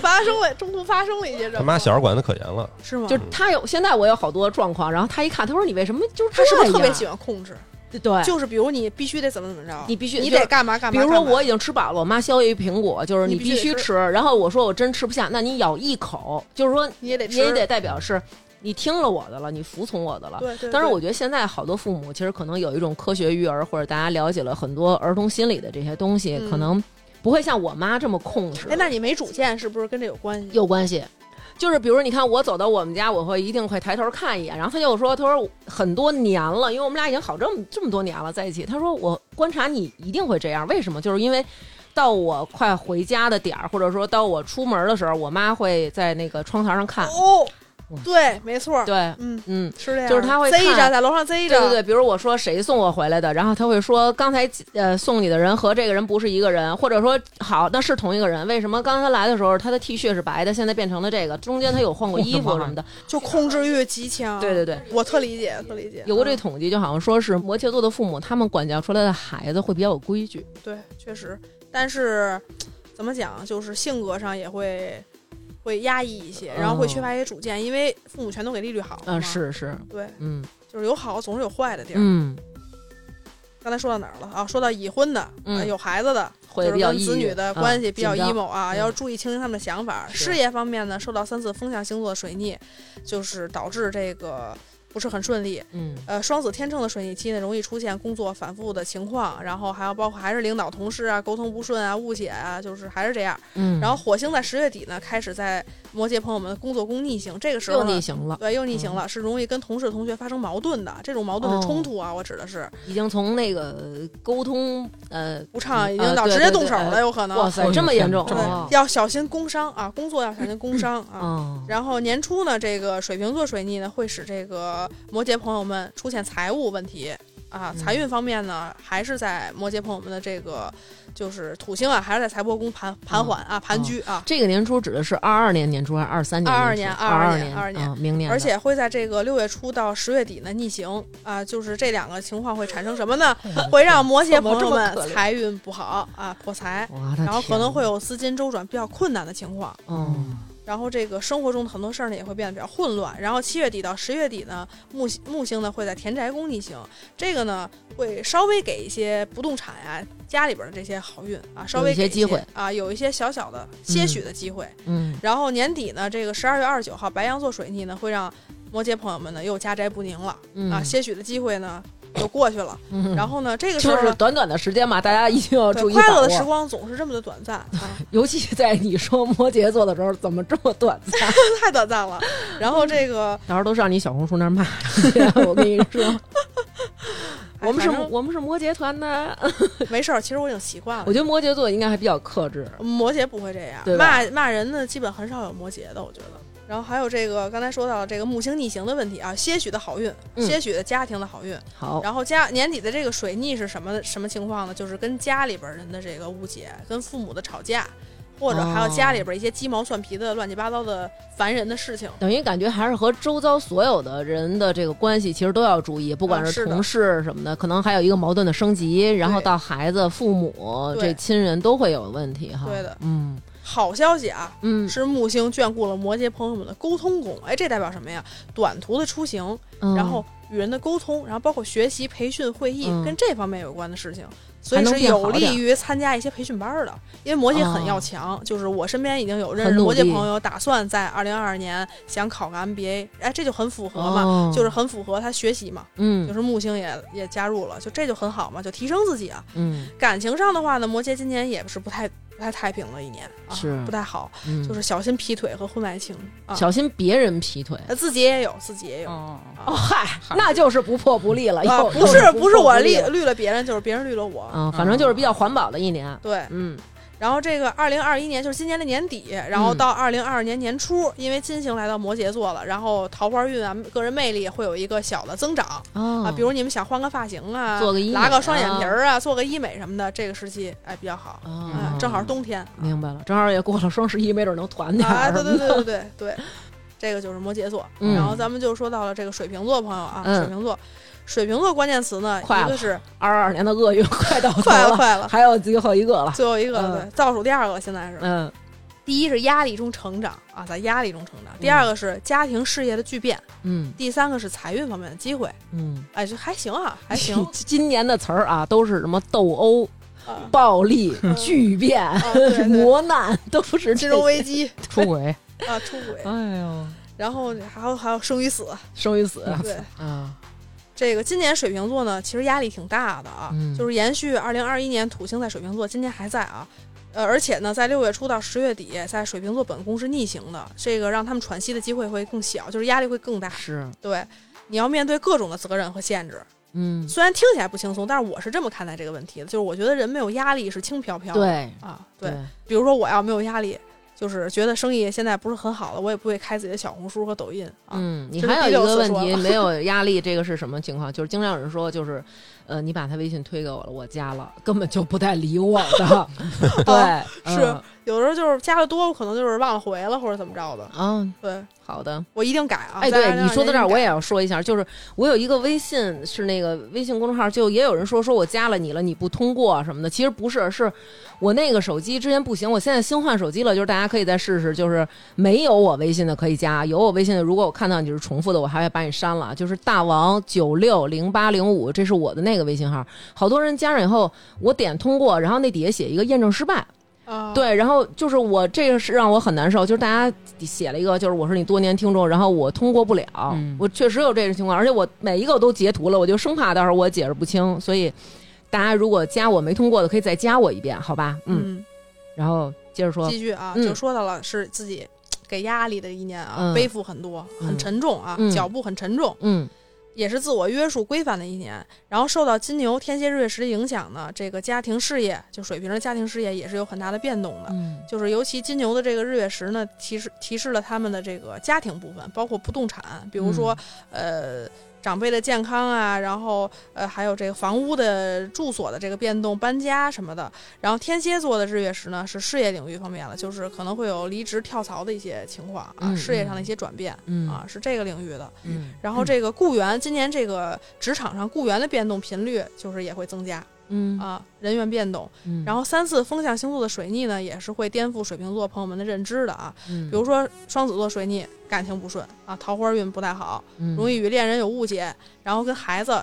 发生了中途发生了一些什么？他妈小时候管得可严了，是吗？就他有现在我有好多状况，然后他一看，他说你为什么就是他是不是这特别样喜欢控制？对，就是比如你必须得怎么怎么着，你必须你就得是干嘛干比嘛。如说干嘛我已经吃饱了，我妈削一苹果，就是你你必必须须得吃吃，然后我说我真吃不下，那你咬一口，就是说你也得你吃，也得代表是你听了我的了，你服从我的了，对对。当然，对我觉得现在好多父母其实可能有一种科学育儿，或者大家了解了很多儿童心理的这些东西，嗯可能不会像我妈这么控制哎，。那你没主见是不是跟这有关系？有关系，就是比如你看我走到我们家，我会一定会抬头看一眼，然后他就说，他说很多年了，因为我们俩已经好这么这么多年了在一起，他说我观察你一定会这样，为什么？就是因为。到我快回家的点儿，或者说到我出门的时候，我妈会在那个窗台上看。哦哇，对，没错儿，对，嗯，嗯，是这样的，就是他会贼着看在楼上贼着，对对对，比如我说谁送我回来的，然后他会说刚才呃送你的人和这个人不是一个人，或者说好那是同一个人，为什么刚才他来的时候他的 T 恤是白的，现在变成了这个，中间他有换过衣服什么的，就控制欲极强。对对对。我特理解，特理解。有过这啊嗯统计，就好像说是摩羯座的父母，他们管教出来的孩子会比较有规矩。对，确实，但是怎么讲，就是性格上也会会压抑一些，然后会缺乏一些主见，因为父母全都给利率好。哦嗯、是是，对，嗯就是有好啊总是有坏的地儿。嗯，刚才说到哪儿了啊？说到已婚的，嗯呃有孩子的，会就是比较跟抑郁子女的关系嗯比较紧张 emo 啊，嗯要注意倾听他们的想法。是事业方面呢，受到三次风象星座的水逆，就是导致这个不是很顺利。嗯呃，双子天秤的水逆期呢，容易出现工作反复的情况，然后还有包括还是领导、同事啊沟通不顺啊、误解啊，就是还是这样。嗯然后火星在十月底呢，开始在摩羯朋友们的工作宫逆行，这个时候又呢逆行了，对，又逆行了，是容易跟同事、同学发生矛盾的。这种矛盾是冲嗯哦突啊，我指的是已经从那个沟通呃，不畅，已嗯经呃到对直接对动对手呃了，有可能。哇塞，这么严重这么哦要小心工伤啊，工作要小心工伤啊。哦，然后年初呢，这个水瓶座水逆呢，会使这个摩羯朋友们出现财务问题啊。财嗯运方面呢，还是在摩羯朋友们的这个就是土星啊，还是在财帛宫盘盘桓啊、盘踞啊，嗯这个年初指的是二二年年初还是二三年？ 22年初，年二22年，年22年啊明年的，而且会在这个六月初到十月底呢逆行啊。就是这两个情况会产生什么呢？嗯 会让摩嗯羯怎么朋这友么们可怜财运不好啊，破财，哇，然后可能会有资金周转比较困难的情况。嗯然后这个生活中的很多事儿呢也会变得比较混乱。然后七月底到十月底呢，木星木星呢会在田宅宫逆行，这个呢会稍微给一些不动产呀、家里边的这些好运啊，稍微有一些给机会啊，有一些小小的些许的机会。嗯然后年底呢，这个十二月二十九号白羊座水逆呢会让摩羯朋友们呢又家宅不宁了、嗯啊，些许的机会呢就过去了。嗯然后呢，这个时就候是呢。短短的时间嘛，大家一定要注对意快把乐的握啊时光总是这么的短暂啊！ 尤其在你说摩羯座的时候，怎么这么短暂？ 太短暂了。然后这个到时候都上你小红书那儿骂去，啊我跟你说。哎 我们是反正嗯我们是摩羯团的，没事儿，其实我已经习惯了我。觉得摩羯座应该还比较克制。摩羯不会这样对，吧骂骂人呢，基本很少有摩羯的，我觉得。然后还有这个刚才说到了这个木星逆行的问题啊，些许的好运，嗯哦些许的家庭的好运。好，然后家年底的这个水逆是什么什么情况呢？就是跟家里边人的这个误解，跟父母的吵架，或者还有家里边一些鸡毛蒜皮的乱七八糟的烦人的事情。等于感觉还是和周遭所有的人的这个关系，其实都要注意，不管嗯是是的同事什么的，可能还有一个矛盾的升级，然后对到孩子、父母对这亲人都会有问题哈。对的，嗯好消息啊，嗯是木星眷顾了摩羯朋友们的沟通宫。哎，这代表什么呀？短途的出行，嗯，然后与人的沟通，然后包括学习、培训、会议、嗯跟这方面有关的事情，所还以能是变有好点利于参加一些培训班儿的。因为摩羯很哦要强，就是我身边已经有认很识努摩羯力朋友，打算在二零二二年想考个 MBA，哎，这就很符合嘛，哦就是很符合他学习嘛，就嗯是木星也也加入了，就这就很好嘛，就提升自己啊。嗯感情上的话呢，摩羯今年也是不太不太太平的一年啊，是不太好，嗯，就是小心劈腿和婚外情啊。小心别人劈腿。呃自己也有，自己也有。哦，哦嗨，那就是不破不立了，啊又，不是不是我绿立绿了别人，就是别人绿了我。啊，反正就是比较环保的一年。对，嗯，然后这个二零二一年就是今年的年底，然后到二零二二年年初，因为金星来到摩羯座了，然后桃花运啊，个人魅力会有一个小的增长、啊啊，比如你们想换个发型啊，做个医美拉个双眼皮儿啊，做个医美什么的，这个时期哎比较好，啊嗯，，正好是冬天，明白了，正好也过了双十一，没准能团点啊，儿。对对对对对对，这个就是摩羯座。嗯然后咱们就说到了这个水瓶座朋友啊，嗯水瓶座，水瓶座关键词呢，快一了个是二二年的厄运快到头快了了，快了，还有最后一个了。最后一个嗯了对，倒数第二个了现在是。嗯，第一是压力中成长啊，在压力中成长；第二个是家庭事业的巨变；嗯第三个是财运方面的机会。嗯，。哎，就还行啊，还行 今年的词儿啊，都是什么斗殴、啊暴力、嗯巨变、啊， 对对，磨难，都是这金融危机出轨，啊，出轨，嗯哎呦，然后还有还有生 与死。生与死。对，嗯啊，这个今年水瓶座呢，其实压力挺大的啊，嗯就是延续二零二一年土星在水瓶座，今年还在啊。呃，而且呢，在六月初到十月底，在水瓶座本宫是逆行的，这个让他们喘息的机会会更小，就是压力会更大。是，对，你要面对各种的责任和限制，嗯，虽然听起来不轻松，但是我是这么看待这个问题的，就是我觉得人没有压力是轻飘飘的。对啊，对，，比如说我要没有压力，就是觉得生意现在不是很好了，我也不会开自己的小红书和抖音啊。嗯，你这是还有第一六个次问说 题了没有压力，这个是什么情况？就是经常有人说，就是，呃，你把他微信推给我了，我加了，根本就不带理我 的。对，啊嗯是有的时候就是加的多，我可能就是忘了回了或者怎么着的。啊，对好的。我一定改啊！哎，在对， 2022你说到这儿，年我一定也要说一下，就是我有一个微信是那个微信公众号，就也有人说说我加了你了，你不通过什么的。其实不是，是我那个手机之前不行，我现在新换手机了，就是大家可以再试试，就是没有我微信的可以加，有我微信的，如果我看到你是重复的，我还会把你删了。就是大王九六零八零五，这是我的那个微信号。好多人加上以后，我点通过，然后那底下写一个验证失败。改啊，对，嗯然后就是我这个是让我很难受，就是大家写了一个，就是我是你多年听众，然后我通过不了，嗯我确实有这种情况，而且我每一个我都截图了，我就生怕到时候我解释不清，所以大家如果加我没通过的，可以再加我一遍，好吧？嗯，嗯，然后接着说，继续啊，嗯就说到了是自己给压力的一年啊嗯，背负很多，很嗯沉重啊嗯，脚步很沉重，嗯也是自我约束规范的一年。然后受到金牛、天蝎、日月食的影响呢，这个家庭事业就水瓶的家庭事业也是有很大的变动的。嗯就是尤其金牛的这个日月食呢，提示提示了他们的这个家庭部分，包括不动产，比如说、嗯呃长辈的健康啊，然后呃还有这个房屋的住所的这个变动、搬家什么的。然后天蝎座的日月食呢是事业领域方面了，就是可能会有离职、跳槽的一些情况啊，嗯事业上的一些转变、嗯啊，是这个领域的。嗯然后这个雇员，今年这个职场上雇员的变动频率就是也会增加嗯啊，人员变动。嗯然后三四风象星座的水逆呢，也是会颠覆水瓶座朋友们的认知的啊。比比如说双子座水逆，感情不顺啊，桃花运不太好，容易易与恋人有误解，然后跟孩子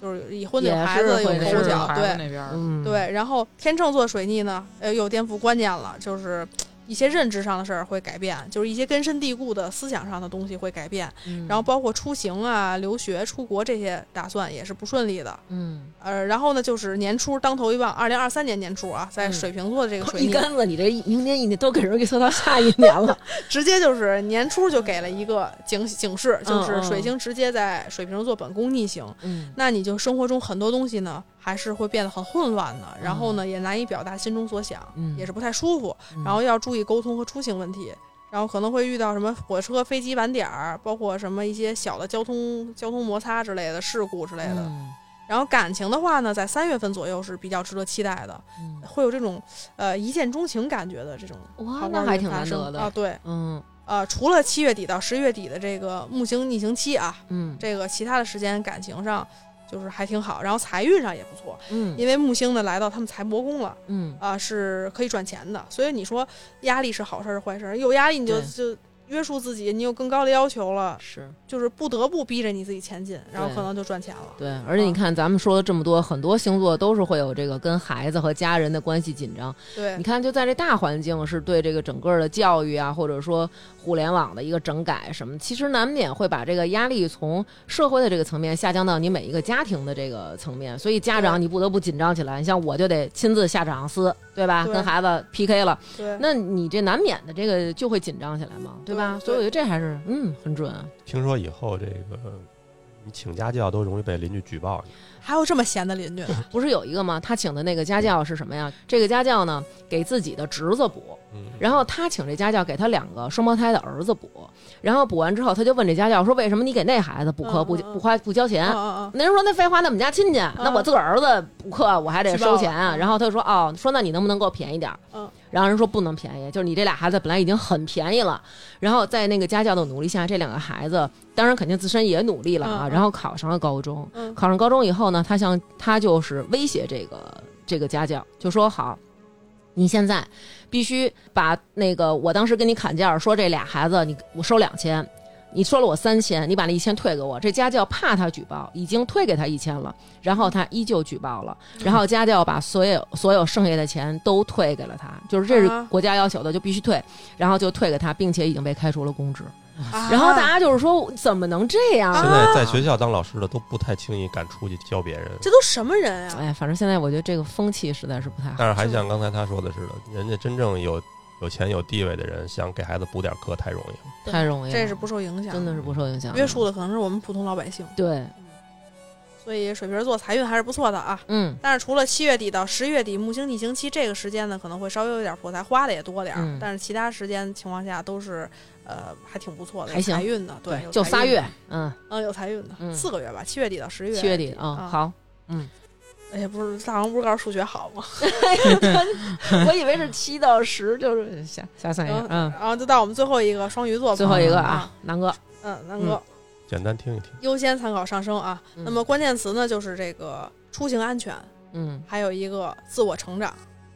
就是已婚的有也孩子是嗯有会对这口样角，孩子对那边儿嗯对。然后天秤座水逆呢，呃，又颠覆观念了，就是。一些认知上的事儿会改变，就是一些根深蒂固的思想上的东西会改变，嗯然后包括出行啊、留学、出国这些打算也是不顺利的。嗯呃，然后呢，就是年初当头一棒，二零二三年年初啊，在嗯水瓶 座的这个水一逆，竿子，你这一明年一年都给人给测到下一年 了，直接就是年初就给了一个警警示，就嗯是嗯水星直接在水瓶座本宫逆行，嗯那你就生活中很多东西呢，还是会变得很混乱的，然后呢，也难以表达心中所想，嗯也是不太舒服，嗯然后要注意沟通和出行问题。然后可能会遇到什么火车、飞机晚点儿，包括什么一些小的交通交通摩擦之类的事故之类的。嗯然后感情的话呢，在三月份左右是比较值得期待的，嗯会有这种呃一见钟情感觉的这种哇桃，花啊那还运挺发难生得啊。的，对，嗯呃，除了七月底到十一月底的这个木星逆行期啊，嗯这个其他的时间感情上就是还挺好，然后财运上也不错，嗯因为木星呢来到他们财帛宫了嗯啊、是可以赚钱的。所以你说压力是好事儿是坏事儿？有压力你就就约束自己，你有更高的要求了，是就是不得不逼着你自己前进，然后对可能就赚钱了。对，而嗯且你看咱们说了这么多，很多星座都是会有这个跟孩子和家人的关系紧张。对你，看，就在这大环境是对这个整个的教育啊，或者说互联网的一个整改什么，其实难免会把这个压力从社会的这个层面下降到你每一个家庭的这个层面，所以家长对你不得不紧张起来。你像我就得亲自下场撕，对吧？对跟孩子 PK 了，对，那你这难免的这个就会紧张起来嘛，对吧？对对所以我觉得这还是嗯很准。听说以后这个你请家教都容易被邻居举报你，还有这么闲的邻居呢，不是有一个吗？他请的那个家教是什么呀？这个家教呢，给自己的侄子补，嗯，然后他请这家教给他两个双胞胎的儿子补，然后补完之后，他就问这家教说：“为什么你给那孩子补课嗯不嗯嗯不花不交钱嗯？”嗯那人说：“那废话，那我们家亲戚，那我自个儿儿子补课我还得举报收了钱啊。”嗯然后他就说：“哦，说那你能不能给我便宜点儿？”嗯然后人说不能便宜，就是你这俩孩子本来已经很便宜了，然后在那个家教的努力下，这两个孩子当然肯定自身也努力了啊，嗯嗯然后考上了高中。嗯考上高中以后呢，他向他就是威胁这个这个家教，就说好，你现在必须把那个我当时跟你砍价说这俩孩子你我收两千，你收了我三千，你把那一千退给我。这家教怕他举报，已经退给他一千了，然后他依旧举报 了，然后家教把所有所有剩下的钱都退给了他，就是这是啊国家要求的，就必须退，然后就退给他，并且已经被开除了公职。嗯，然后大啊家就是说怎么能这样啊现呢？在在学校当老师的都不太轻易敢出去教别人。这都什么人啊？哎，反正现在我觉得这个风气实在是不太好。但是还像刚才他说的似的，人家真正有有钱有地位的人，想给孩子补点课太容易了。太容易了，这是不受影响，哎真的是不受影响，约束。的可能是我们普通老百姓，对，所以水瓶座财运还是不错的啊。嗯但是除了七月底到十月底木星逆行期这个时间呢，可能会稍微有点破财，花的也多点儿、嗯但是其他时间情况下都是，呃，还挺不错的，还行有财运的，对，有就财仨运月的，，嗯，嗯，有财运的，嗯四个月吧，七月底到十月，七月底啊， 啊好，哎呀，不是大王不是告诉数学好吗？ 我以为是七到十，就是下下三然个后，，嗯，然后就到我们最后一个双鱼座吧，最后一个啊啊，南哥，嗯，南哥、简单听一听，优先参考上升啊、嗯那么关键词呢，就是这个出行安全，嗯还有一个自我成长。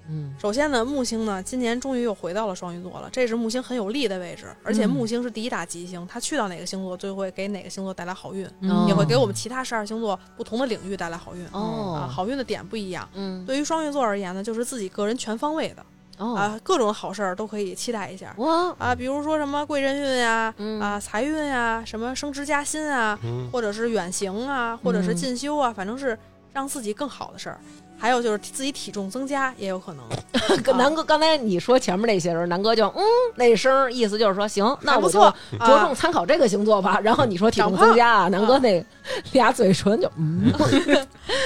嗯首先呢，木星呢，今年终于又回到了双鱼座了，这是木星很有利的位置，而且嗯木星是第一大吉星，它去到哪个星座，就会给哪个星座带来好运，嗯也会给我们其他十二星座不同的领域带来好运、哦啊，好运的点不一样。嗯对于双鱼座而言呢，就是自己个人全方位的，哦，啊，各种好事儿都可以期待一下哇，啊，比如说什么贵人运呀，嗯 啊财运啊，什么升职加薪啊，嗯，或者是远行啊，或者是嗯进修啊，反正是让自己更好的事儿。还有就是自己体重增加也有可能，跟南哥刚才你说前面那些时候，南哥就嗯那声儿，意思就是说行，那还我不就错，着啊重参考这个星座吧。然后你说体重长胖增加啊，南哥那俩嘴唇就嗯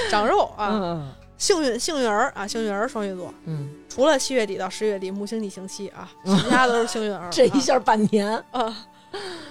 长 肉啊，嗯幸运幸运儿啊，幸运儿双鱼座，嗯，除了七月底到十月底木星逆行期 啊，其他都是幸运儿。这一下半年，啊啊，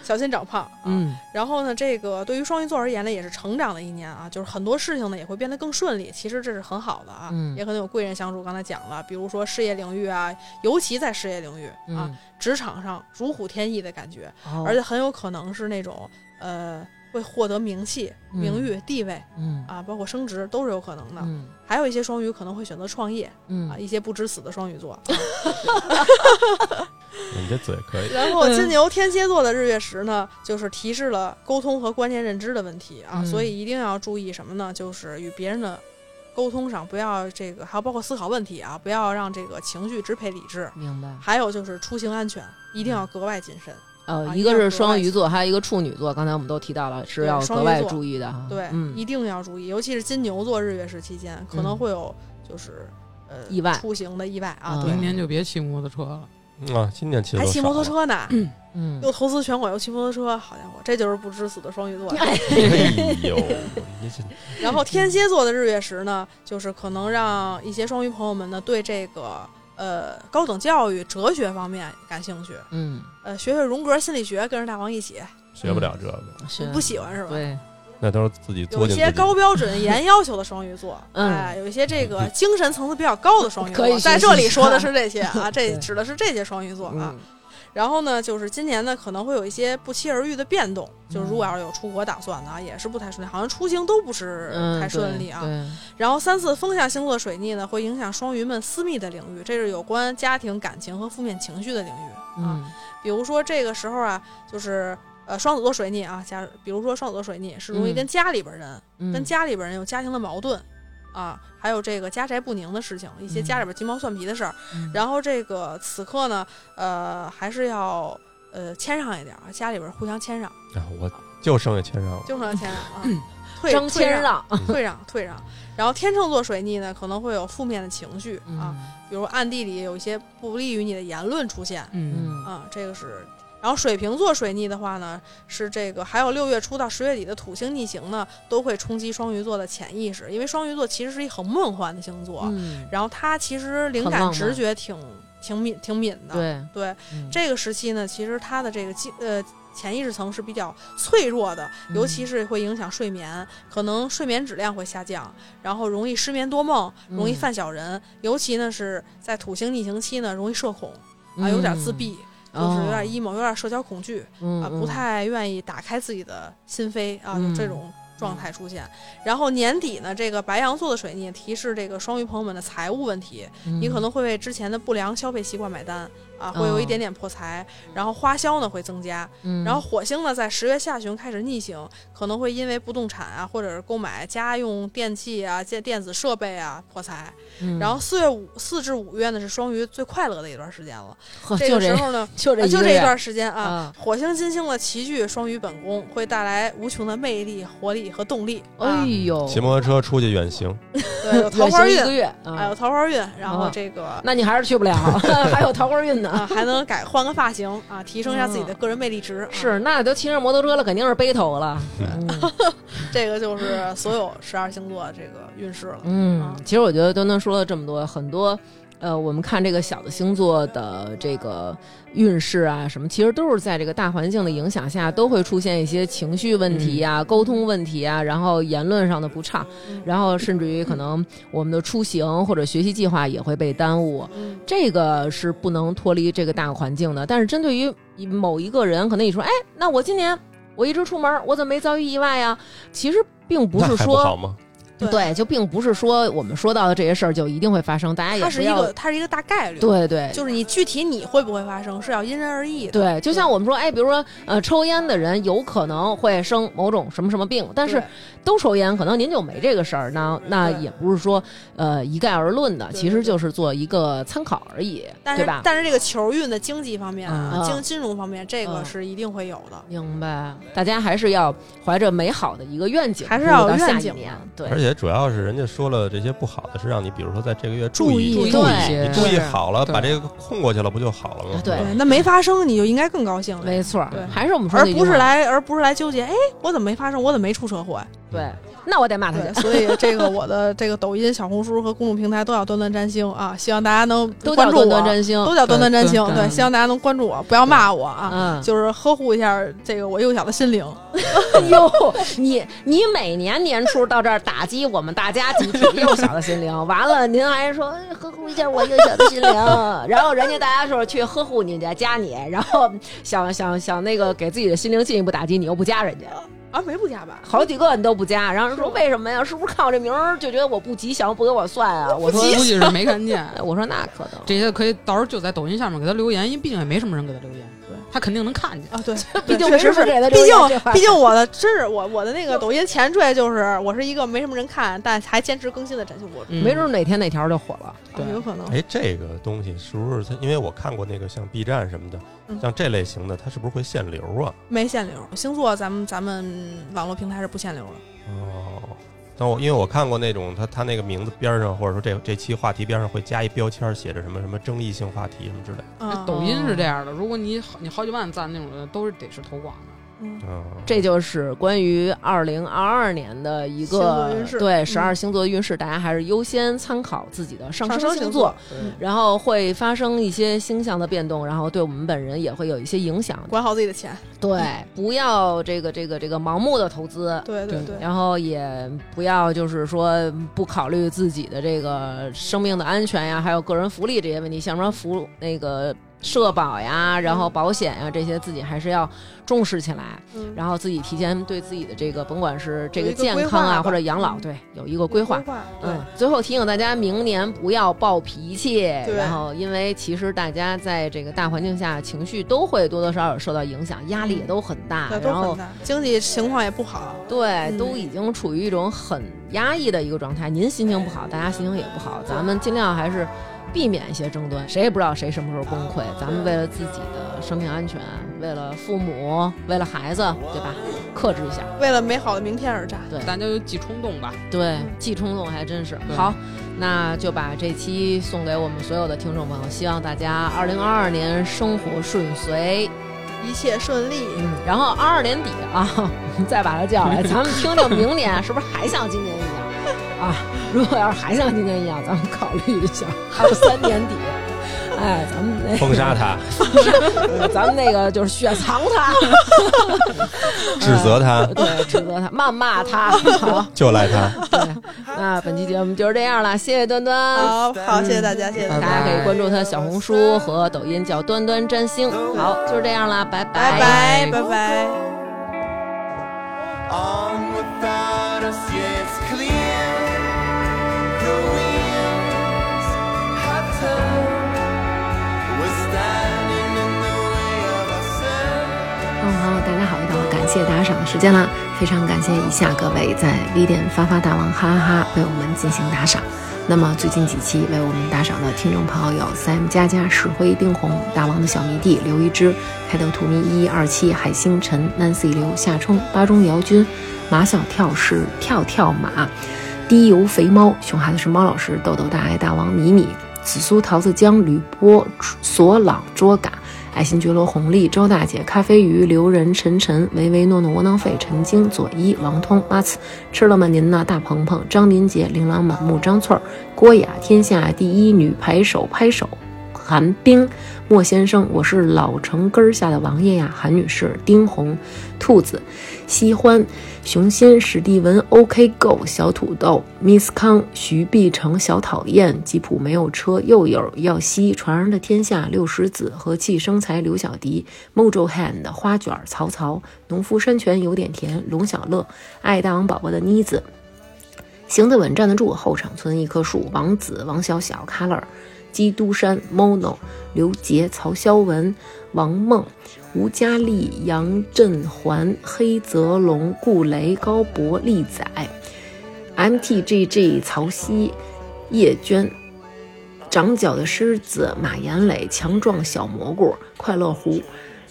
小心长胖啊。嗯然后呢，这个对于双鱼座而言呢，也是成长的一年啊，就是很多事情呢也会变得更顺利，其实这是很好的啊，嗯也可能有贵人相助。刚才讲了，比如说事业领域啊，尤其在事业领域啊，嗯，职场上如虎添翼的感觉，嗯哦而而且很有可能是那种呃会获得名气、嗯名誉、地位嗯啊，包括升职都是有可能的。嗯还有一些双鱼可能会选择创业啊，嗯，一些不知死的双 鱼座。你这嘴可以，然后金牛、天蝎座的日月食呢，就是提示了沟通和观念认知的问题啊，嗯所以一定要注意什么呢？就是与别人的沟通上不要这个，还有包括思考问题啊，不要让这个情绪支配理智。明白。还有就是出行安全，一定嗯要格外谨慎。呃，啊一一个定要是格双外鱼座，还有一个处女座，刚才我们都提到了，是对要双格鱼外座注意的哈。对，嗯一定要注意，尤其是金牛座日月食期间，可能会有就是呃意外出行的意外啊。嗯对明，年就别骑摩托车了。嗯啊，今年骑的还都骑少摩托了，车呢，嗯，又投资全款又骑摩托车，好家伙，这就是不知死的双鱼座。哎呦，你这然后天蝎座的日月食呢，就是可能让一些双鱼朋友们呢对这个呃高等教育、哲学方面感兴趣， 嗯，呃，学学荣格心理学，跟着大王一起，学不了这个，是啊不喜欢是吧？对，那都是自己有作一践些自己。高标准严要求的双鱼座， 嗯哎，有一些这个精神层次比较高的双鱼可以学座，习在这里说的是这些 啊，这对指的是这些双鱼座啊。嗯然后呢，就是今年呢可能会有一些不期而遇的变动，嗯就是如果要是有出国打算的啊，也是不太顺利，好像出行都不是嗯，太顺对利啊。对然后三次风象星座水逆呢，会影响双鱼们私密的领域，这是有关家庭、感情和负面情绪的领域啊。嗯比如说这个时候啊，就是呃双子座水逆啊，假比如说双子座水逆是容易嗯跟家里边人、嗯，跟家里边人有家庭的矛盾啊，还有这个家宅不宁的事情，一些嗯家里边鸡毛蒜皮的事儿。嗯然后这个此刻呢，呃，还是要呃谦让一点啊，家里边互相谦让，啊，我就剩下谦让了，经常谦让啊，退张嗯退谦让啊让退让退让。然后天秤座水逆呢，可能会有负面的情绪啊，啊，比如暗地里有一些不利于你的言论出现嗯，嗯啊，这个是。然后水瓶座水逆的话呢，是这个还有六月初到十月底的土星逆行呢，都会冲击双鱼座的潜意识，因为双鱼座其实是一很梦幻的星座，嗯，然后它其实灵很浪感漫直觉挺挺敏挺敏的，对对，嗯这个时期呢，其实它的这个精呃潜意识层是比较脆弱的，嗯尤其是会影响睡眠，可能睡眠质量会下降，然后容易失眠多梦，容易嗯犯小人，尤其呢是在土星逆行期呢，容易社恐啊，有点自，嗯闭，就是有点哦 emo，有点社交恐惧嗯啊，嗯不太愿意打开自己的心扉啊，嗯就这种。状态出现，然后年底呢，这个白羊座的水逆提示这个双鱼朋友们的财务问题，嗯你可能会为之前的不良消费习惯买单啊，会有一点点破财，然后花销呢会增加，哦嗯，然后火星呢在十月下旬开始逆行，可能会因为不动产啊或者是购买家用电器啊、电电子设备啊破财，嗯然后四月五四至五月呢是双鱼最快乐的一段时间了，呵这哦就个时这候呢。就这啊就个这一月段时间啊，啊，火星、金星的齐聚双鱼本宫，会带来无穷的魅力、活力和动力。哎啊，呦，骑摩托车出去远行，对，有桃远花行一运个，月哎，有啊，桃花运，然后啊这个那你还是去不了， 还有桃花运呢。啊，还能改换个发型啊，提升一下自己的个人魅力值。啊嗯是，那都骑上摩托车了，肯定是背头 了。嗯这个就是所有十二星座这个运势了。嗯啊，其实我觉得端端说了这么多，很多。呃，我们看这个小的星座的这个运势啊，什么，其实都是在这个大环境的影响下，都会出现一些情绪问题嗯呀、沟通问题啊，然后言论上的不畅，嗯嗯然后甚至于可能我们的出行或者学习计划也会被耽误。嗯，这个是不能脱离这个大环境的。但是针对于某一个人，可能你说，哎，啊那我今年我一直出门，我怎么没遭遇意外呀？其实并不那是还不好说吗？对对，就并不是说我们说到的这些事儿就一定会发生，大家也它不是一要个它是一个大概率，，对对，就是你具体你会不会发生是要因人而异的，对，就像我们说，哎，比如说，呃，抽烟的人有可能会生某种什么什么病，但是对都抽烟，可能您就没这个事儿，那那对也不是说呃一概而论的，对其实就是做一个参考而已，但对是吧？但是这个球运的经济方面啊嗯，经金融方面这个嗯是一定会有的，明白，大家还是要怀着美好的一个愿景，还是要有步入到下愿景一年嘛，对而且主要是人家说了这些不好的，是让你比如说在这个月注意注意对一些你注意是好了，对把这个空过去了，不就好了吗？嗯对对，那没发生你就应该更高兴了，嗯没错对，还是我们说而那句不是话来而不是来纠结，哎，我怎么没发生，我怎么没出车祸呀？对，那我得骂他去对，。所以这个我的这个抖音、小红书和公众平台都叫端端占星啊，希望大家能都关叫注我，端端占星，都叫端端占星，对对，对希望大家能关注我，不要骂我啊，嗯，就是呵护一下这个我幼小的心灵。 哟，你你每年年初到这儿打击我们大家集体幼小的心灵，完了您还说哎呵护一下我幼小的心灵，然后人家大家说去呵护你家加你，然后想想想那个给自己的心灵进一步打击，你又不加人家，啊，没不加吧？好几个你都不加，然后人说是吗为什么呀？是不是看我这名儿就觉得我不吉祥，不给我算啊？我我说估计是没看见。我说那可能。这些可以到时候就在抖音下面给他留言，因为毕竟也没什么人给他留言，对他肯定能看见。啊，对，毕竟没确实什是，么人给他毕留言这竟话毕竟我的真是我我的那个抖音前缀就是我是一个没什么人看，但还坚持更新的占星博主，嗯没准哪天哪条就火了，啊有可能。哎，这个东西是不是它？因为我看过那个像 B 站什么的，嗯像这类型的，它是不是会限流啊？没限流，星座咱们咱们网络平台是不限流的。哦，但我因为我看过那种，它它那个名字边儿上，或者说这这期话题边上会加一标签儿，写着什么什么争议性话题什么之类的。啊，抖音是这样的，如果你好你好几万赞那种的，都是得是投广的。嗯嗯，这就是关于二零二二年的一星座个运势对嗯十二星座运势，大家还是优先参考自己的上上升升星座座，嗯然后会发生一些星象的变动，然后对我们本人也会有一些影响。管好自己的钱，对，不要这个这个这个盲目的投资。对对对，然后也不要就是说不考虑自己的这个生命的安全呀，还有个人福利这些问题，像什么福那个社保呀，然后保险呀这些，自己还是要重视起来。嗯然后自己提前对自己的这个，甭管是这有个一个健规康划啊，吧或者养老，嗯对，有一个规划。，对嗯，最后提醒大家，明年不要暴脾气。对然后，因为其实大家在这个大环境下，情绪都会多多少少受到影响，压力也都很大。对，然都后很，大，经济情况也不好，对，嗯都已经处于一种很压抑的一个状态。您心情不好，大家心情也不好，咱们尽量还是避免一些争端。谁也不知道谁什么时候崩溃，咱们为了自己的生命安全，为了父母，为了孩子，对吧？克制一下。为了美好的明天而战。对大家就记冲动吧，对，既冲动还真是。对嗯好，那就把这期送给我们所有的听众朋友，希望大家二零二二年生活顺遂。一切顺利。嗯，然后二二年底啊， 我们再把他叫来，咱们听听明年是不是还像今年一样啊？ 如果要是还像今年一样，咱们考虑一下二三年底。 哎，咱们那个嗯封杀他，咱们那个就是雪藏 他，指责他，对，指责他，谩骂 他。好，就赖他。对，那本期节目就是这样了，谢谢端端。好好，谢谢大家，谢谢大大家，家可以关注他的小红书和抖音，叫端端占星。好，就是这样啦，拜拜拜，拜拜。 On without us, yeah, it's clear. The winds have turned. We're standing in the way of ourselves. 嗯，Hello，大家好，又到了感谢打赏的时间啦！非常感谢以下各位在 V 点发发大王哈哈哈为我们进行打赏。那么最近几期为我们打赏的听众朋友有 Sam 佳佳、石灰、丁红、大王的小迷弟、刘一之、开头图迷一一二七、海星辰、Nancy 刘、夏冲、巴中姚军、马小跳是跳跳马、低油肥猫、熊孩子是猫老师、豆豆大爱大王米米、紫苏桃子姜、吕波、索朗卓嘎、爱新觉罗红丽、周大姐、咖啡鱼、刘仁、晨晨、唯唯诺诺、窝囊废、陈晶、左一、王通、阿次、吃了吗您呢？大鹏鹏、张民杰、琳琅满目、张翠儿、郭雅、天下第一女排手拍手。韩冰、莫先生，我是老城根儿下的王爷呀，韩女士、丁红、兔子、西欢、熊心、史蒂文、OK Go、小土豆、Miss 康、徐碧成、小讨厌、吉普没有车、又有耀西、传人的天下、六十子、和气生财、刘小迪、Mojo Hand、花卷、曹操、农夫山泉有点甜、龙小乐、爱大王宝宝的妮子。行得稳站得住，后场村一棵树，王子、王小小、卡勒尔、基督山、mono、刘杰、曹肖文、王梦、吴佳丽、杨振环、黑泽龙、顾雷、高博、利仔、MTGG、曹曦、叶娟。长角的狮子马岩磊，强壮小蘑菇，快乐狐，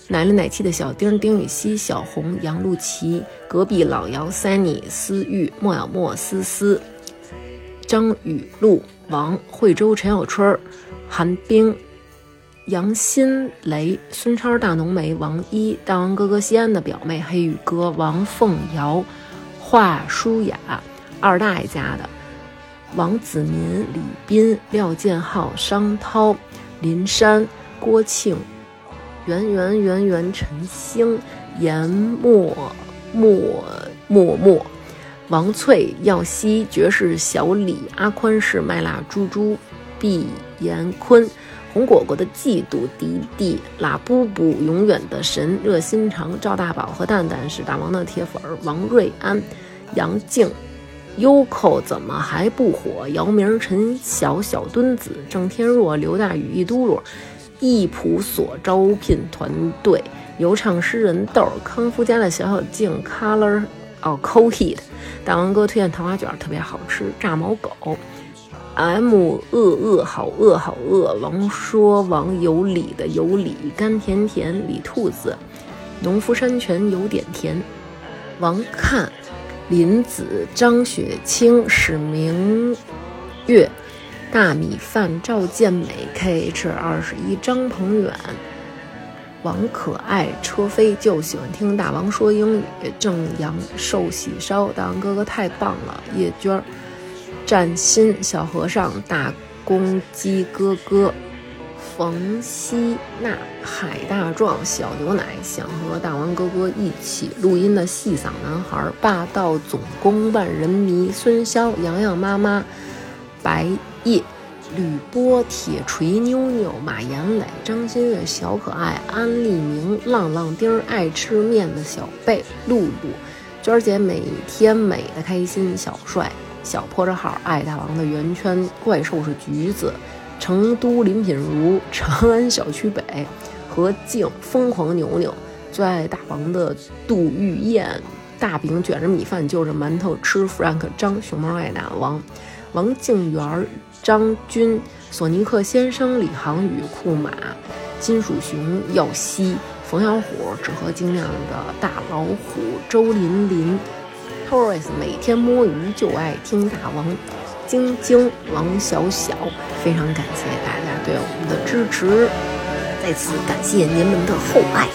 奶里奶气的小丁，丁禹兮，小红，杨露琪，隔壁老姚，Sunny，思玉，莫小莫，思思，张雨露，王惠州，陈小春儿，韩冰，杨新雷，孙超，大浓眉，王一，大王哥哥，西安的表妹，黑羽哥，王凤瑶，华舒雅，二大爷家的。王子民、李斌、廖建浩、商涛、林珊、郭庆、袁袁袁袁陈星、严默默默默、王翠、耀西、爵士小李、阿宽是麦辣猪猪、毕延坤、红果果的嫉妒、迪迪、拉布布、永远的神、热心肠、赵大宝和蛋蛋是大王的铁粉儿、王瑞安、杨静、Uco 怎么还不火？姚明、陈晓、小墩子、郑天若、刘大宇、一嘟噜、易普所招聘团队、有唱诗人豆儿、康夫家的小小静、Color 哦 c o Heat、大王哥推荐糖花卷儿特别好吃，炸毛狗。M 饿饿好饿好饿，王说王有理的有理，甘甜甜李兔子，农夫山泉有点甜，王看林子、张雪清、史明月、大米饭、赵健美、KH 二十一、张鹏远、王可爱、车飞就喜欢听大王说英语、正阳寿喜烧、大王哥哥太棒了、叶娟儿、占心、小和尚、大公鸡哥哥。冯希娜、海大壮、小牛奶想和大王哥哥一起录音的细嗓男孩、霸道总攻万人迷、孙骁、洋洋妈妈、白夜、吕波、铁锤、妞妞、马岩磊、张馨月、小可爱、安利明、浪浪丁儿、爱吃面的小贝、露露、娟儿姐每天美的开心、小帅、小破折号、爱大王的圆圈、怪兽是橘子、成都林品如、长安小区北、何静、疯狂牛牛、最爱大王的杜玉燕、大饼卷着米饭就着馒头吃、Frank 张熊猫爱大王、王静媛儿、张军、索尼克先生、李航宇、库马、金属熊、耀西、冯小虎、只喝精酿的大老虎、周琳琳。Torres 每天摸鱼就爱听大王，晶晶、王小小，非常感谢大家对我们的支持，再次感谢您们的厚爱。